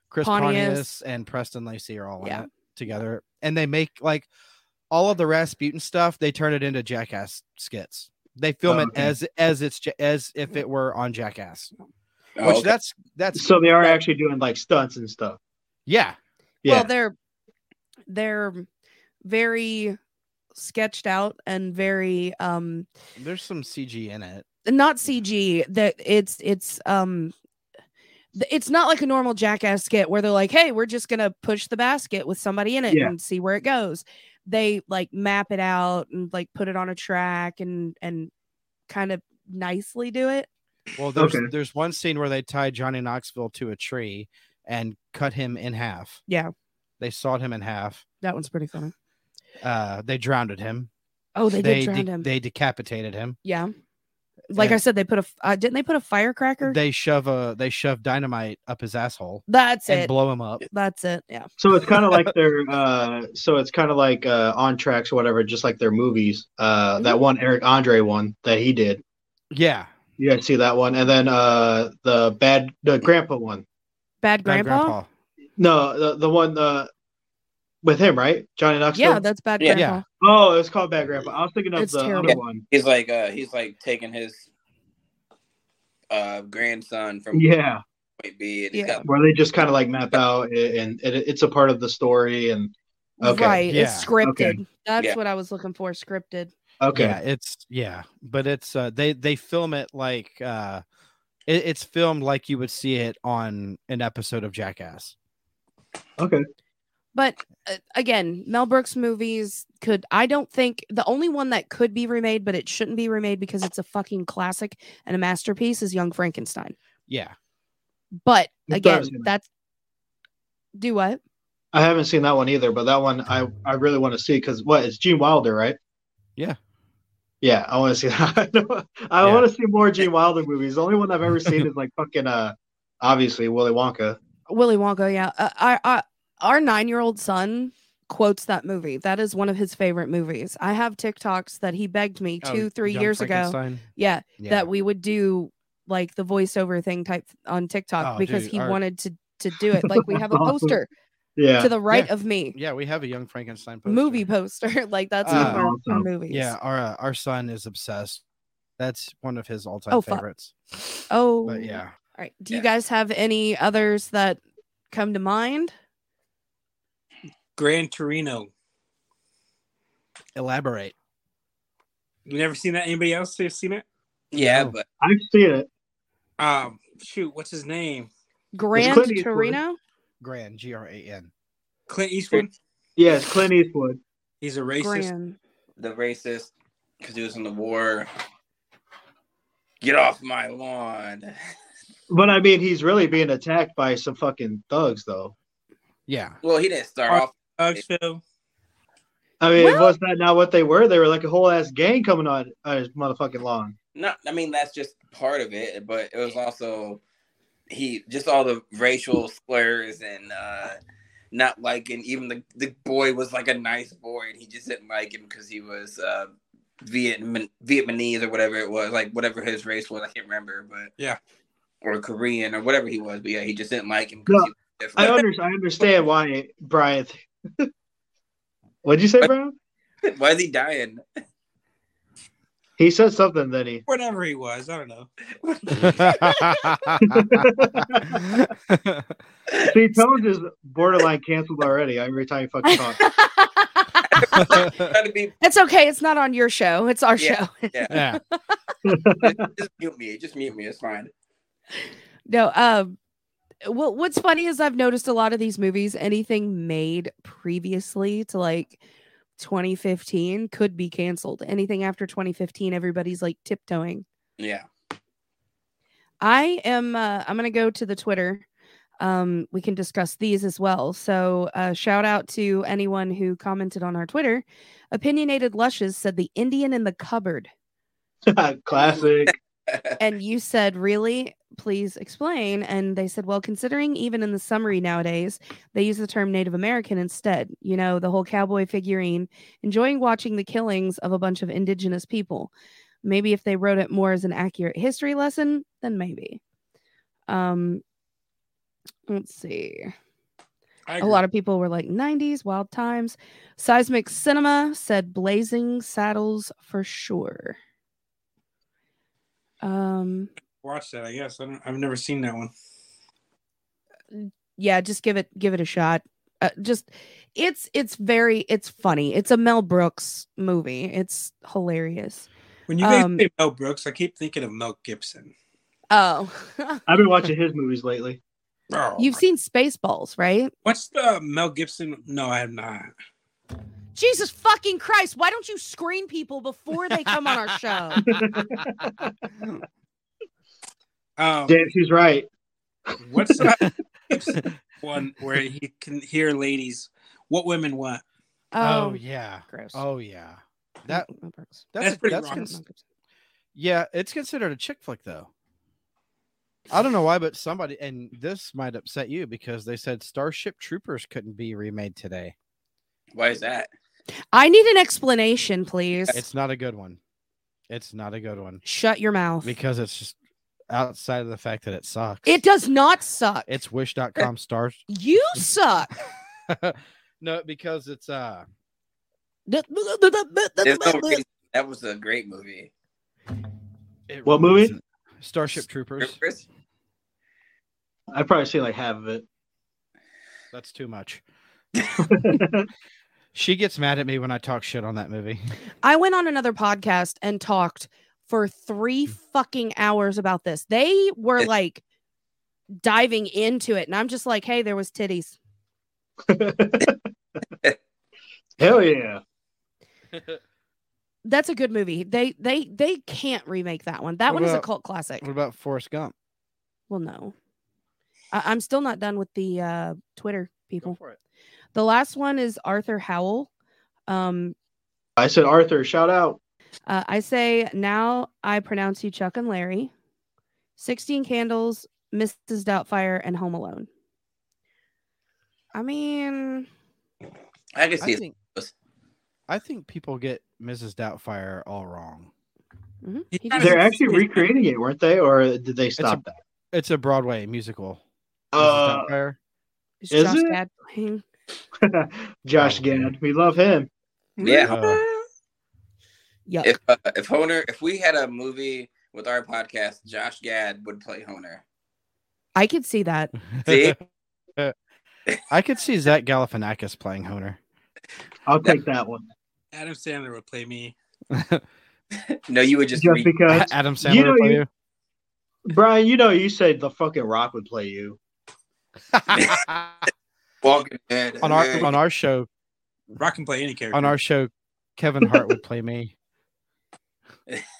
B: Chris Pontius,
C: Pontius.
B: and Preston Lacey are all
C: Yeah.
B: in it together, and they make like all of the Rasputin stuff. They turn it into Jackass skits. They film
D: Oh,
B: it
D: okay.
B: as as it's ja- as if it were on Jackass,
E: Oh,
B: which
E: okay.
B: that's that's
D: So they are actually doing like stunts and stuff.
B: yeah
D: Yeah.
C: Well, they're they're very sketched out and very um
B: There's some CG in it.
C: not CG. That it's it's um th- it's not like a normal jackass skit where they're like, "Hey, we're just gonna push the basket with somebody in it
D: Yeah.
C: and see where it goes." They like map it out and like put it on a track and and kind of nicely do it.
B: Well, there's
D: Okay.
B: there's one scene where they tie Johnny Knoxville to a tree and cut him in half.
C: Yeah.
B: They sawed him in half.
C: That one's pretty funny.
B: Uh, they drowned him.
C: Oh, they,
B: they
C: did drown
B: de-
C: him.
B: they decapitated him.
C: yeah. Like I
B: and-
C: said, they put a f- uh, didn't they put a firecracker?
B: They shove a they shove dynamite up his asshole
C: That's
B: and
C: it.
B: blow him up.
C: That's it. Yeah.
D: So it's kind of like their uh so it's kind of like uh on tracks or whatever, just like their movies. Uh that
C: Mm-hmm.
D: one Eric Andre one that he did.
B: Yeah.
D: You guys see that one. And then uh the bad the grandpa one.
C: Bad
B: Bad
C: grandpa.
D: No, the, the one uh with him, right? Johnny Knoxville.
C: Yeah, that's bad
E: Yeah.
C: grandpa.
D: oh, it's called Bad Grandpa. I was thinking of
C: It's
D: the
C: terrible.
D: other one.
E: He's like uh he's like taking his uh grandson from
D: Yeah.
E: point B and he's
C: Yeah.
E: got
D: where they just kind of like map out a- and it, it's a part of the story and Okay.
C: Right.
B: Yeah.
C: It's scripted.
D: Okay.
C: That's
E: Yeah.
C: what I was looking for. Scripted.
D: okay
B: Yeah, it's yeah, but it's uh they they film it like uh it, it's filmed like you would see it on an episode of Jackass.
D: okay
C: But uh, again, Mel Brooks movies could, I don't think the only one that could be remade, but it shouldn't be remade because it's a fucking classic and a masterpiece is Young Frankenstein.
B: Yeah.
C: But
D: That's what I
C: again,
D: was gonna-
C: that's do what?
D: i haven't seen that one either but that one i i really want to see because what it's gene wilder right
B: Yeah.
D: yeah i want to see that i,
B: Yeah.
D: want to see more gene wilder movies the only one i've ever seen is like fucking uh obviously willy wonka
C: Willy Wonka. Yeah. Uh, our, our, our nine year old son quotes that movie. That is one of his favorite movies. I have TikToks that he begged me
B: Oh,
C: two, three
B: Young
C: years ago.
B: Frankenstein?
C: Yeah.
B: Yeah.
C: that we would do like the voiceover thing type on TikTok
B: Oh,
C: because
B: dude,
C: he
B: our-
C: wanted to to do it. Like we have a
D: Awesome.
C: poster
D: yeah
C: to the right of me,
B: yeah, we have a young Frankenstein poster.
C: movie poster. like that's one of
B: Uh,
C: our, our
D: Awesome.
C: movies.
B: Yeah, our uh, our son is obsessed. That's one of his all time
C: Oh, fuck.
B: favorites.
C: Oh,
B: But yeah,
C: All right. Do you
E: Yeah.
C: guys have any others that come to mind?
G: Gran Torino.
B: elaborate.
G: You never seen that? Anybody else have seen it?
B: Oh.
E: yeah,
B: No.
E: but
D: i've seen it
G: um, shoot, what's his name?
C: Grand
D: Clint Eastwood.
C: Torino.
B: Grand, G R A N.
G: Clint Eastwood.
D: Yes, Clint Eastwood.
G: He's a racist.
C: Grand.
E: The racist, because he was in the war. Get off my lawn.
D: But I mean, he's really being attacked by some fucking thugs, though.
B: Yeah.
E: Well, he didn't start
G: Are-
E: off.
G: Thugs, Phil.
D: I mean,
C: Well-
D: was that not what they were? They were like a whole ass gang coming on on his motherfucking lawn.
E: Not, I mean, that's just part of it, but it was also he just all the racial slurs and uh, not liking. Even the the boy was like a nice boy, and he just didn't like him because he was uh, Vietnam Vietnamese or whatever it was, like whatever his race was. I can't remember, but
G: Yeah.
E: or Korean or whatever he was. But yeah, he just didn't like him because
D: No,
E: he was
D: I,
E: different.
D: under- I understand why Brian. What'd you say, Brian?
E: Why is he dying?
D: He said something that he.
G: Whatever he was, I don't know.
D: See, Tones is borderline canceled already every time you fucking talk.
E: Trying to be
C: It's okay. It's not on your show. It's our
E: Yeah.
C: show.
B: yeah.
E: just mute me. Just mute me. It's fine.
C: No. Um. Well, what's funny is I've noticed a lot of these movies, anything made previously to like 2015 could be canceled. Anything after 2015, everybody's like tiptoeing.
E: Yeah.
C: I am. Uh, I'm gonna go to the Twitter. Um, we can discuss these as well. So, uh, shout out to anyone who commented on our Twitter. Opinionated Lushes said the Indian in the cupboard,
D: Classic.
C: and you said, "Really? Please explain." And they said, "Well, considering even in the summary nowadays, they use the term Native American instead. You know, the whole cowboy figurine. Enjoying watching the killings of a bunch of indigenous people. Maybe if they wrote it more as an accurate history lesson, then maybe." Um, let's see.
G: I
C: A lot of people were like 90s, wild times. Seismic Cinema said blazing saddles for sure. Um
G: watched that. I guess I don't, I've never seen that one.
C: yeah, just give it give it a shot. Uh, just it's it's very it's funny. It's a Mel Brooks movie. It's hilarious.
G: When you guys
C: Um,
G: say Mel Brooks, I keep thinking of Mel Gibson.
C: Oh.
D: I've been watching his movies lately.
G: Oh,
C: You've seen Spaceballs, right?
G: what's the Mel Gibson? No, I have not.
C: Jesus fucking Christ, why don't you screen people before they come on our show?
G: Um,
D: Damn, she's right.
G: what's the Gibson one where he can hear ladies? What women want?
B: oh yeah.
C: gross.
B: Oh yeah. That
C: Mel Brooks.
B: that's
G: That's pretty
B: that's
G: wrong.
B: cons-
C: Mel Brooks.
B: Yeah, it's considered a chick flick though. I don't know why, but somebody and this might upset you because they said Starship Troopers couldn't be remade today.
E: Why is that?
C: I need an explanation, please.
B: It's not a good one. It's not a good one
C: Shut your mouth.
B: because it's just outside of the fact that it sucks.
C: it does not suck.
B: It's wish.com stars.
C: you suck.
B: no, because it's uh
E: There's no reason. That was a great movie.
B: it
D: What
B: really
D: movie?
B: isn't. Starship Troopers.
E: Chris?
D: I've probably seen like half of it.
B: That's too much. She gets mad at me when I talk shit on that movie.
C: I went on another podcast and talked for three fucking hours about this. They were
E: It-
C: like diving into it, and I'm just like, hey, there was titties.
D: Hell yeah.
C: That's a good movie. They they they can't remake that one. That
B: What
C: one is a
B: about-
C: cult classic.
B: What about Forrest Gump?
C: Well, no. I- I'm still not done with the uh, Twitter people.
B: for it.
C: The last one is Arthur Howell. Um,
D: I said, Arthur, shout out.
C: Uh, I say now I pronounce you Chuck and Larry, 16 Candles, Mrs. Doubtfire, and Home Alone. I mean,
E: I can see
B: I
E: it.
B: think, I think people get Mrs. Doubtfire all wrong.
C: mhm,
G: He's
C: he
G: not
C: just-
D: They're actually recreating it, weren't they? Or did they stop that?
B: It's a Broadway musical.
D: Uh,
B: Mrs. Doubtfire.
C: is
D: is
C: Josh
D: it?
C: Gad playing?
D: Josh Gad. We love him.
E: Yeah.
B: Uh,
C: Yuck.
E: If uh, if Honer, if we had a movie with our podcast, Josh Gad would play Honer.
C: I could see that.
E: See?
B: I could see Zach Galifianakis playing Honer.
D: I'll take that one.
G: Adam Sandler would play me.
E: No, you would just
D: Just
E: read.
D: because.
B: Adam Sandler
D: You know,
B: play
D: you-
B: you.
D: Brian, you know, you said the fucking Rock would play you.
E: Walking Dead.
B: on our
E: man.
B: on our show
G: Rock can play any character.
B: on our show, Kevin Hart would play me.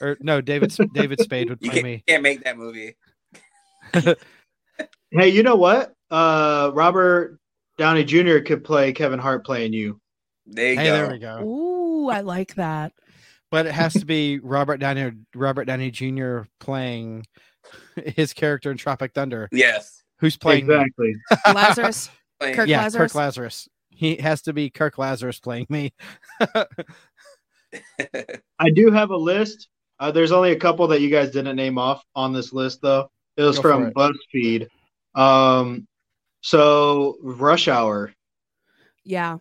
B: Or no, David David Spade would
E: you
B: play
E: can't,
B: me.
E: can't make that movie.
D: Hey, you know what? Uh, Robert Downey Jr. could play Kevin Hart playing you.
E: There you
B: Hey,
E: go.
B: there we go.
C: Ooh, I like that.
B: But it has to be Robert Downey Robert Downey Jr. playing his character in Tropic Thunder,
E: Yes.
B: who's playing me.
D: Exactly.
C: Lazarus.
E: Playing-
C: Kirk-
B: yeah,
C: Lazarus?
B: Kirk Lazarus. He has to be Kirk Lazarus playing me.
D: I do have a list. Uh, there's only a couple that you guys didn't name off on this list, though. It was
B: Go for
D: from
B: it.
D: BuzzFeed. Um, so Rush Hour.
C: Yeah.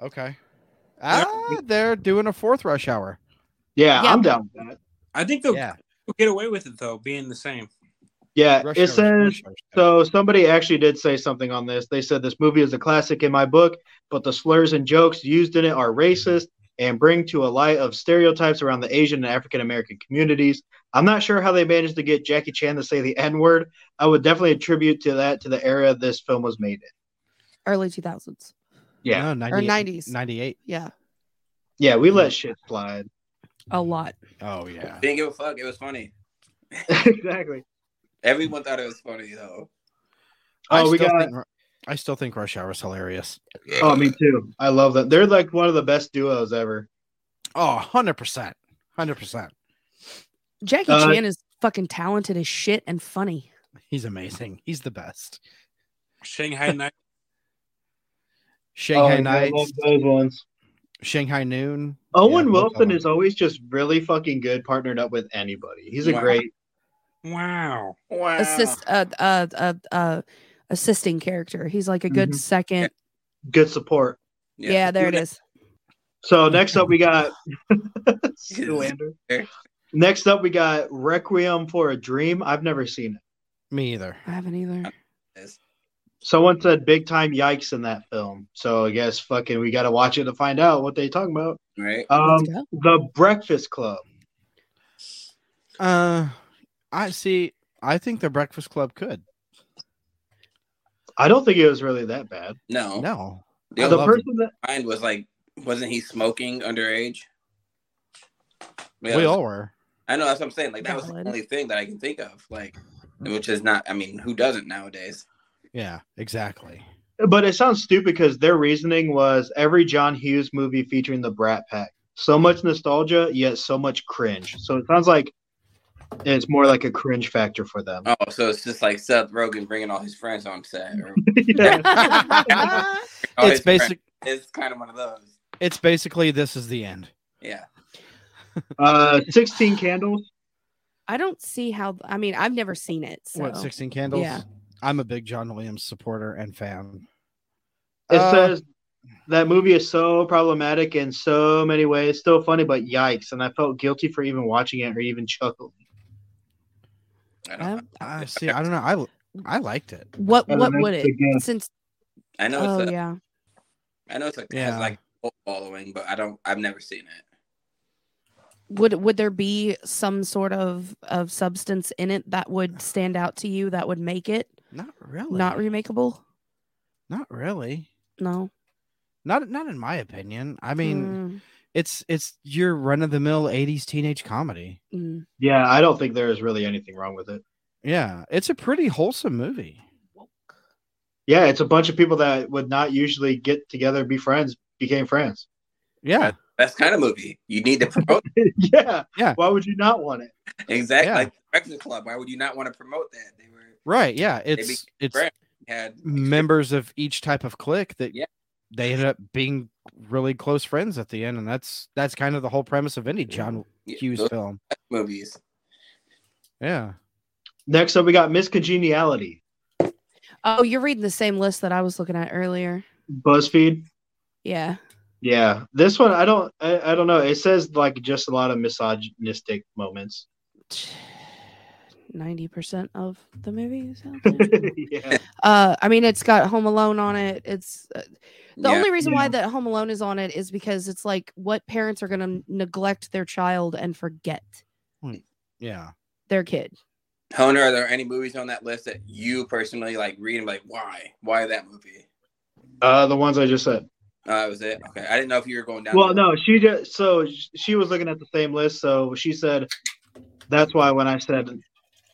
B: okay. Ah, they're doing a fourth rush hour.
D: Yeah,
C: Yeah.
D: I'm down with that.
G: I think they'll
B: Yeah.
G: they'll get away with it though, being the same.
D: Yeah,
B: Rush
D: it
B: Hour's
D: says
B: Rush Hour's good.
D: So somebody actually did say something on this. They said this movie is a classic in my book, but the slurs and jokes used in it are racist and bring to a light of stereotypes around the Asian and African American communities. I'm not sure how they managed to get Jackie Chan to say the N word. I would definitely attribute to that to the era this film was made in.
C: Early 2000s.
D: yeah.
B: No, 98,
C: 90s.
B: 98.
C: Yeah.
D: Yeah, we let shit slide.
C: A lot.
B: Oh yeah.
E: Didn't give a fuck. It was funny.
D: exactly.
E: Everyone thought it was funny though.
D: Oh,
B: I
D: we
B: still
D: got-
B: think Ru- I still think Rush Hour is hilarious.
D: Oh, me too. I love that. They're like one of the best duos ever.
B: Oh, 100%. 100%.
C: Jackie
D: Uh,
C: Chan is fucking talented as shit and funny.
B: He's amazing. He's the best.
G: Shanghai Night.
B: Shanghai
D: oh, I love
B: Nights,
D: those ones.
B: Shanghai Noon.
D: Owen
B: Yeah, both of
D: Wilson
B: them.
D: is always just really fucking good partnered up with anybody. He's a
E: Wow.
D: great
G: Wow.
E: Wow.
C: Assist uh, uh, uh, uh, assisting character. He's like a good
D: Mhm.
C: second.
D: good support.
C: Yeah, there it is.
D: So next up we got Zoolander.
E: Okay.
D: Next up we got Requiem for a Dream. I've never seen it.
B: me either.
C: I haven't either.
D: Someone said big time yikes in that film. So I guess fucking we gotta watch it to find out what they talking about.
E: Right.
D: Um
C: Let's go.
D: The Breakfast Club.
B: Uh I see I think the Breakfast Club could.
D: I don't think it was really that bad.
E: No.
B: No.
E: The
B: I
E: other
D: the
B: love
D: person that
E: mind was like, wasn't he smoking underage? Yeah,
B: We all were.
E: I know that's what I'm saying. Like that was the
C: Valid.
E: only thing that I can think of. Like, which is not. I mean, who doesn't nowadays?
B: Yeah, exactly.
D: But it sounds stupid because their reasoning was every John Hughes movie featuring the Brat Pack. So much nostalgia, yet so much cringe. So it sounds like it's more like a cringe factor for them.
E: Oh, so it's just like Seth Rogen bringing all his friends on set. Or,
D: Yeah.
E: all his
B: it's basic
E: friends. Oh, It's kind of one of those.
B: it's basically this is the end.
E: Yeah.
D: Uh, 16 Candles.
C: I don't see how. I mean, I've never seen it. So.
B: What, 16 candles?
C: Yeah.
B: I'm a big John Williams supporter and fan.
D: It
B: Uh,
D: says that movie is so problematic in so many ways. Still funny, but yikes. And I felt guilty for even watching it or even chuckling.
E: I, don't,
C: Um,
B: I see. I don't know. I I liked it.
C: what
D: Uh,
C: what
D: that's
C: would
D: a
C: it
D: guess.
C: since?
E: I know.
C: Oh
E: it's a,
C: yeah,
E: I know it's like
B: Yeah.
E: has like a cult following, but I don't. I've never seen it.
C: would would there be some sort of of substance in it that would stand out to you that would make it
B: Not really.
C: not remakeable?
B: Not really.
C: No.
B: Not not in my opinion. I
C: Hmm.
B: mean, it's it's your run of the mill '80s teenage comedy.
C: Mm, mm.
D: Yeah, I don't think there is really anything wrong with it.
B: Yeah, it's a pretty wholesome movie.
D: Yeah, it's a bunch of people that would not usually get together, be friends, became friends.
B: Yeah,
E: That's kind of movie you need to promote.
D: yeah.
B: Yeah.
D: Why would you not want it?
E: exactly.
B: Yeah.
E: Like Breakfast Club. Why would you not want to promote that? They were
B: right. Yeah,
E: be
B: it's it's
E: friends. had
B: members of each type of clique that
E: Yeah.
B: they ended up being really close friends at the end, and that's that's kind of the whole premise of any John
E: Yeah,
B: Hughes
E: those
B: film.
E: movies.
B: Yeah,
D: Next up, we got Miss Congeniality.
C: Oh, you're reading the same list that I was looking at earlier.
D: BuzzFeed.
C: Yeah.
D: Yeah, this one I don't. I, I don't know. It says like just a lot of misogynistic moments.
C: Ninety percent of the movies. out there.
D: yeah.
C: uh, I mean, it's got Home Alone on it. It's uh, the
E: Yeah.
C: only reason
D: Yeah.
C: why that Home Alone is on it is because it's like what parents are going to neglect their child and forget
B: yeah.
C: their kid.
E: Hunter, are there any movies on that list that you personally like read and be like, why? Why that movie?
D: Uh, the ones I just said.
E: Uh, that was it. Okay. I didn't know if you were going down.
D: Well,
E: the-
D: no, she just so she was looking at the same list, so she said that's why when I said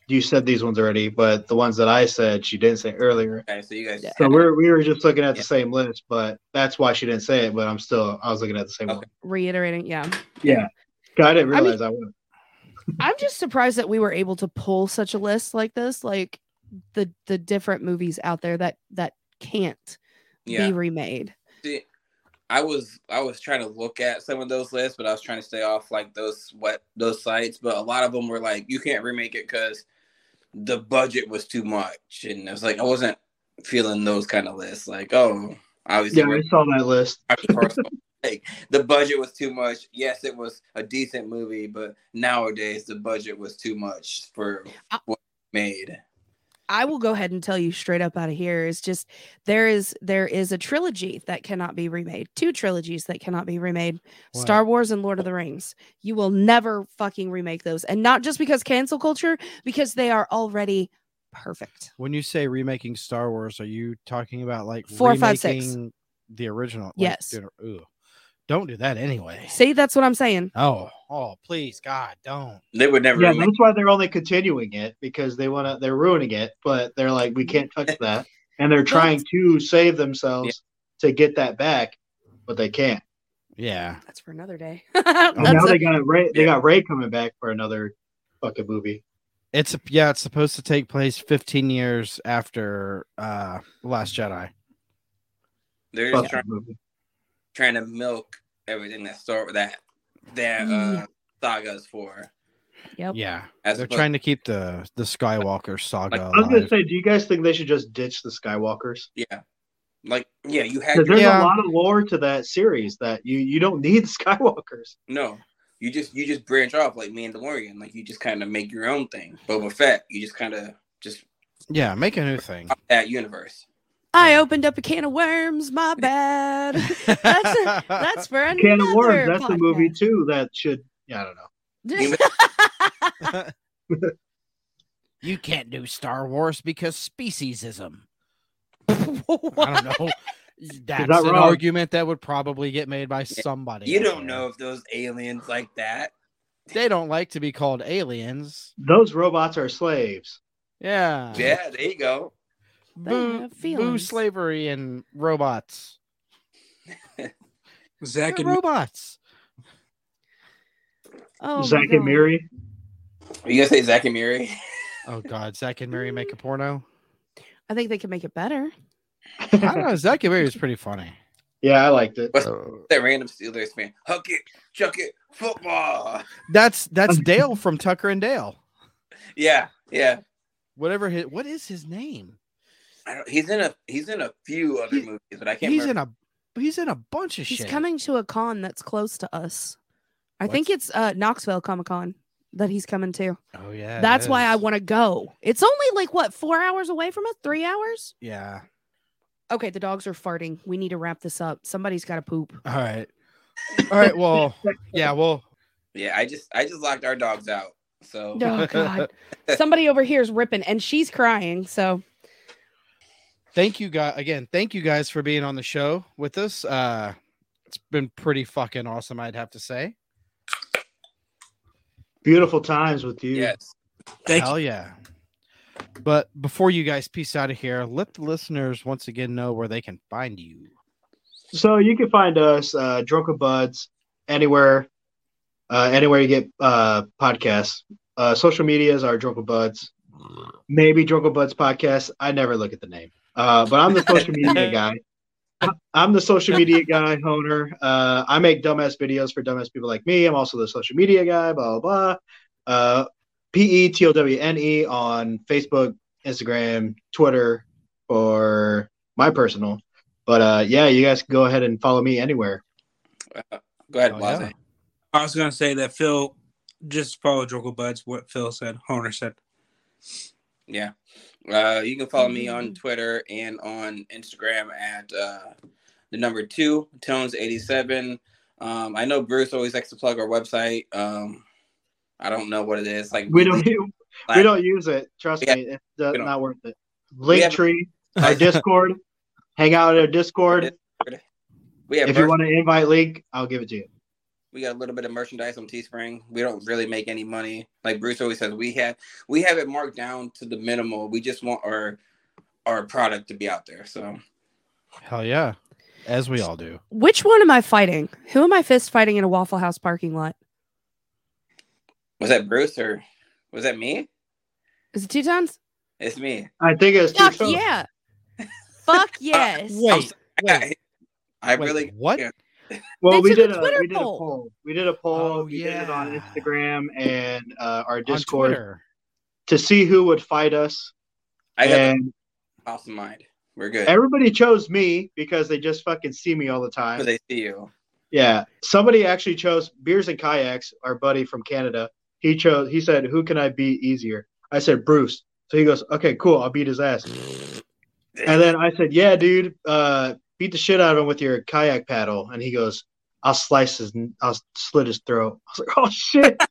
D: you said these ones already, but the ones that I said she didn't say earlier.
E: Okay. So you guys.
C: Yeah.
D: So we're we were just looking at the same list, but that's why she didn't say it. But I'm still I was looking at the same
E: Okay.
D: one.
C: Reiterating, yeah.
D: I didn't
C: I mean-
D: realize I, would.
C: I'm just surprised that we were able to pull such a list like this, like the the different movies out there that that can't
E: yeah.
C: be remade.
E: See, I was I was trying to look at some of those lists, but I was trying to stay off like those what those sites. But a lot of them were like, you can't remake it because the budget was too much, and I was like, I wasn't feeling those kind of lists. Like, oh, obviously,
D: Yeah, I
E: we're-
D: saw that list.
E: I'm personal. Like, the budget was too much. Yes, it was a decent movie, but nowadays the budget was too much for
C: I-
E: what made.
C: I will go ahead and tell you straight up out of here is just there is there is a trilogy that cannot be remade, two trilogies that cannot be remade.
B: What?
C: Star Wars and Lord of the Rings. You will never fucking remake those. And not just because cancel culture, because they are already perfect.
B: When you say remaking Star Wars, are you talking about like
C: Four, five, six.
B: remaking the original? Like,
C: Yes.
B: doing a- ooh. don't do that anyway.
C: See, that's what I'm saying.
B: Oh, oh, please, God, don't.
E: They would never
D: Yeah,
E: remake.
D: that's why they're only continuing it because they want to. They're ruining it, but they're like, we can't touch that, and they're trying to save themselves to get that back, but they can't.
B: Yeah,
C: That's for another day.
D: And
C: That's
D: now
C: a-
D: they got Ray. They got Ray coming back for another fucking movie.
B: it's yeah, it's supposed to take place 15 years after uh Last Jedi.
E: They're just
D: Fucking
E: trying,
D: movie.
E: trying to milk everything that start that that uh, saga's for.
C: Yep.
B: Yeah,
E: As
B: they're
E: opposed-
B: trying to keep the the Skywalker saga
E: I
D: I was gonna
B: alive.
D: say, do you guys think they should just ditch the Skywalkers?
E: Yeah. Like, yeah, you had
D: Because there's
B: Yeah.
D: a lot of lore to that series that you you don't need Skywalkers.
E: no. You just you just branch off like Mandalorian. Like you just kind of make your own thing. Boba Fett. You just kind of just
B: Yeah, make a new thing.
E: up that universe.
C: I opened up a can of worms. My bad. that's that's for another
D: Can of Worms, that's a
C: podcast.
D: movie too that should. Yeah, I don't know.
H: You can't do Star Wars because speciesism.
B: I don't know. That's an
D: that wrong?
B: argument that would probably get made by somebody.
E: You
B: out
E: don't
B: there.
E: know if those aliens like that.
B: They don't like to be called aliens.
D: Those robots are slaves.
B: Yeah.
E: Yeah, there you go.
C: They
B: Boo,
C: have
B: boo
C: feelings.
B: slavery and robots.
G: Zach
B: They're
G: and
B: robots.
C: oh my
D: Zach
C: God.
D: and Miri.
E: Are you gonna say Zach and Miri?
B: Oh God, Zach and Mary make a porno.
C: I think they can make it better.
B: I don't know. Zach and Mary was pretty funny.
D: Yeah, I liked it.
A: Oh.
E: that random Steelers fan. Huck it, chuck it, football.
B: That's that's Dale from Tucker and Dale.
E: Yeah, yeah.
B: Whatever his what is his name?
E: I don't, he's in a he's in a few other
B: He-
E: movies, but I can't
B: He's
E: remember.
B: in a he's in a bunch of
C: He's
B: shit.
C: coming to a con that's close to us. I
B: What's-
C: think it's uh, Knoxville Comic Con that he's coming to.
B: Oh yeah. it
C: that's why I
B: is.
C: want to go. It's only like what four hours away from us? Three hours?
B: Yeah.
C: Okay, the dogs are farting. We need to wrap this up. Somebody's got to poop.
B: All right. All right. Well, yeah. Well,
E: yeah, I just I just locked our dogs out. So
C: Oh God! Somebody over here is ripping, and she's crying. So
B: thank you guys again. Thank you guys for being on the show with us. Uh, it's been pretty fucking awesome. I'd have to say.
D: Beautiful times with you.
E: yes.
G: Thank
B: Hell yeah. But before you guys peace out of here, let the listeners once again know where they can find you.
D: So you can find us, uh, Drunken Buds, anywhere, uh, anywhere you get uh, podcasts. Uh, social medias are Drunken Buds, maybe Drunken Buds podcast. I never look at the name, uh, but I'm the social media guy. I- I'm the social media guy, Honer. Uh, I make dumbass videos for dumbass people like me. I'm also the social media guy. Blah blah. blah. Uh, P E T O W N E on Facebook, Instagram, Twitter, or my personal. But uh, yeah, you guys can go ahead and follow me anywhere.
E: Go ahead,
B: Oh,
E: Blase.
B: yeah.
G: I was gonna say that Phil just follow Jokel Buds. What Phil said, Honer said.
E: Yeah. Uh, you can follow me on Twitter and on Instagram at uh, the number two, Tones87. Um, I know Bruce always likes to plug our website. Um, I don't know what it is. Like
D: We don't
E: Like,
D: we don't use it. Trust
E: Yeah,
D: me, it's uh,
E: we don't.
D: not worth it.
E: We have-
D: Linktree, our Discord, hang out at our Discord.
E: We have
D: If you
E: merch-
D: want to invite link, I'll give it to you.
E: we got a little bit of merchandise on Teespring. We don't really make any money. Like Bruce always says, we have we have it marked down to the minimal. We just want our our product to be out there. So
B: Hell yeah. As we all do.
C: Which one am I fighting? Who am I fist fighting in a Waffle House parking lot?
E: was that Bruce or was that me?
C: Is it two tons?
E: It's me.
D: I think it's two
C: Fuck
D: shows.
C: yeah. Fuck yes.
E: I'm
B: Wait,
E: sorry, I got
B: wait.
E: hit. I
B: wait,
E: really
B: What?
E: yeah.
D: Well,
C: They
D: we
C: took a
D: did a,
C: Twitter
D: we did a
C: poll.
D: poll. We did a poll.
B: Oh,
D: we did it on
B: yeah.
D: Instagram and uh, our
B: On
D: Discord
B: Twitter.
D: to see who would fight us.
E: I got
D: and
E: the off the mind. We're good.
D: everybody chose me because they just fucking see me all the
E: 'Cause
D: time.
E: they see you.
D: Yeah. Somebody actually chose Beers and Kayaks, our buddy from Canada. He chose he said, Who can I beat easier? I said Bruce. So he goes, Okay, cool, I'll beat his ass. And then I said, Yeah, dude, uh, beat the shit out of him with your kayak paddle. And he goes, I'll slice his I'll slit his throat. I was like, Oh shit.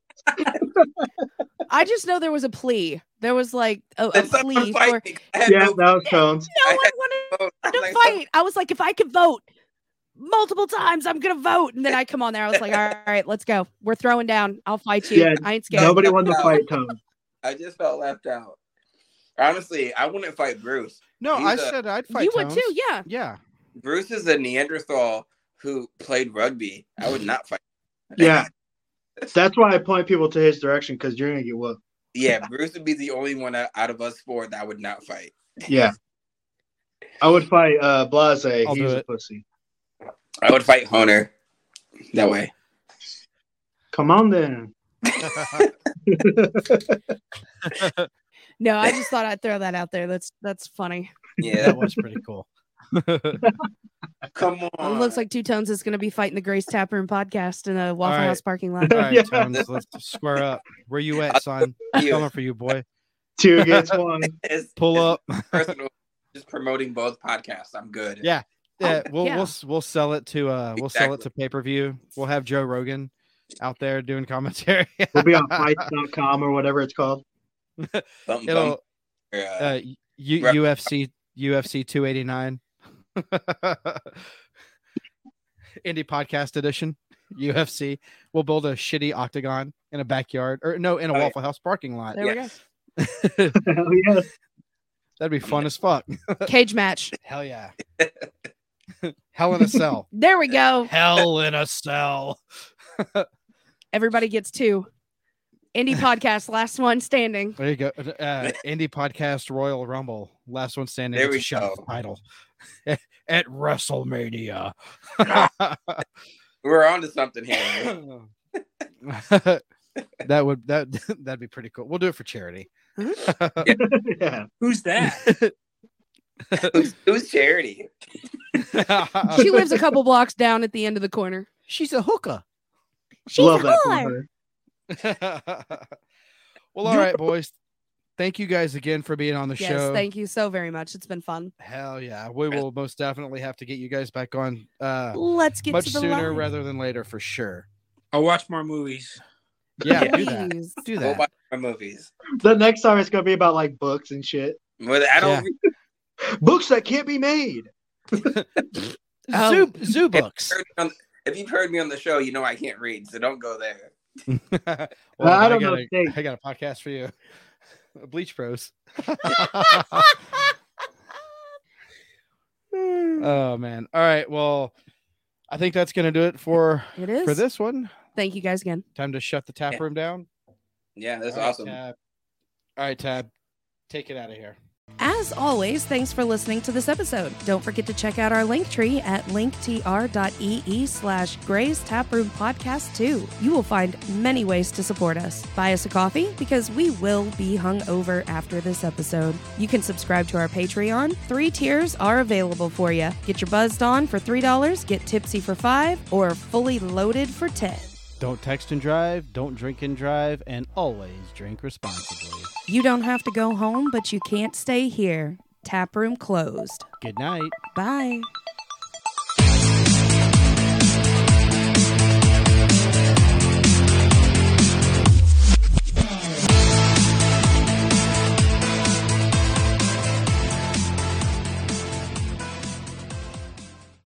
C: I just know there was a plea. There was like a, a
E: That's not
C: plea
E: fighting.
C: for no one
E: I had
D: yeah,
E: no
D: that was Tones.
C: wanted
E: vote. I was
C: to
E: like,
C: fight. I was like, if I could vote multiple times, I'm gonna vote. And then I come on there. I was like, all right, let's go. We're throwing down. I'll fight you.
D: Yeah,
C: I ain't scared.
D: Nobody wanted to
E: No.
D: fight Tones.
E: I just felt left out. Honestly, I wouldn't fight Bruce.
B: No,
E: He's
B: I
E: a-
B: said I'd fight.
C: you would
B: Tones.
C: too, yeah.
B: Yeah.
E: Bruce is a Neanderthal who played rugby. I would not fight.
D: Yeah. That's why I point people to his direction because you're gonna get whooped.
E: yeah, Bruce would be the only one out out of us four that I would not fight.
D: Yeah. I would fight uh Blase.
B: I'll do
D: He's a
B: it.
D: pussy.
E: I would fight Hunter that way.
D: Come on then.
C: No, I just thought I'd throw that out there. That's that's funny.
E: Yeah,
B: that was pretty cool.
E: come
C: It
E: on.
C: looks like Two Tones is gonna be fighting the Grace Tap Room podcast in a Waffle
B: right.
C: House parking lot.
B: All right,
D: Yeah.
B: Tones, let's square up. Where you at, son?
E: you.
B: Coming for you, boy.
D: Two against one.
E: It's-
B: Pull
E: it's
B: up.
E: Personal. Just promoting both podcasts. I'm good.
B: Yeah. Yeah, we'll
C: yeah.
B: we'll s- we'll sell it to uh we'll sell it
E: Exactly.
B: to pay per view. We'll have Joe Rogan out there doing commentary.
D: We'll be on fights.com or whatever it's called.
E: Bump,
B: It'll
E: bump, uh,
B: uh U-
E: Right.
B: UFC UFC 289 Indie podcast edition UFC. We'll build a shitty octagon in a backyard or no in a
E: Oh, yeah.
B: Waffle House parking lot.
C: There
E: yes.
B: That'd
D: Hell yeah.
B: be fun as fuck.
C: we go. Cage match.
B: Hell yeah. Hell in a cell.
C: There we go.
B: Hell in a cell.
C: Everybody gets two. Indie podcast, last one standing.
B: There you go. Uh, indie podcast Royal Rumble. Last one standing.
E: There
B: gets
E: we
B: a shot at the
E: go.
B: Title at WrestleMania.
E: We're on to something here.
B: that would that that'd be pretty cool. We'll do it for charity.
D: yeah.
G: Who's that?
E: who's, who's charity?
D: Uh,
C: She lives a couple blocks down at the end of the corner.
B: She's a hooker.
C: She's
D: Love that for
C: hard.
D: her.
B: well, all right, boys. Thank you guys again for being on the
C: Yes,
B: show.
C: thank you so very much. It's been fun.
B: Hell yeah, we will most definitely have to get you guys back on uh,
C: Let's get
B: much
C: to the
B: sooner
C: live.
B: rather than later for sure.
G: I'll watch more movies.
B: Yeah,
E: Yeah.
B: do that.
C: Please.
B: Do
E: We'll
B: that.
E: watch more movies.
D: The next time it's gonna be about like books and shit.
E: Well, I don't.
D: Books that can't be made.
C: Oh.
B: Zoo zoo books.
E: If, you've heard me on the, if you've heard me on the show, you know I can't read, so don't go there.
B: Well,
D: Uh, I
B: then
D: don't know
B: got
D: if
B: A, I got a podcast for you. Bleach Bros. oh man. All right. Well, I think that's gonna do it for
C: It is.
B: for this one.
C: Thank you guys again.
B: Time to shut the tap
E: Yeah.
B: room down.
E: Yeah, that's
B: All right,
E: awesome.
B: Tab. All right, Tab. Take it out of here.
I: As always, thanks for listening to this episode. Don't forget to check out our link tree at linktr.ee slash Gray's Taproom Podcast 2. You will find many ways to support us. Buy us a coffee because we will be hungover after this episode. You can subscribe to our Patreon. Three tiers are available for you. Get your buzzed on for $3, get tipsy for 5 or fully loaded for 10
B: Don't text and drive, don't drink and drive, and always drink responsibly.
I: You don't have to go home, but you can't stay here. Taproom closed.
B: Good night.
I: Bye.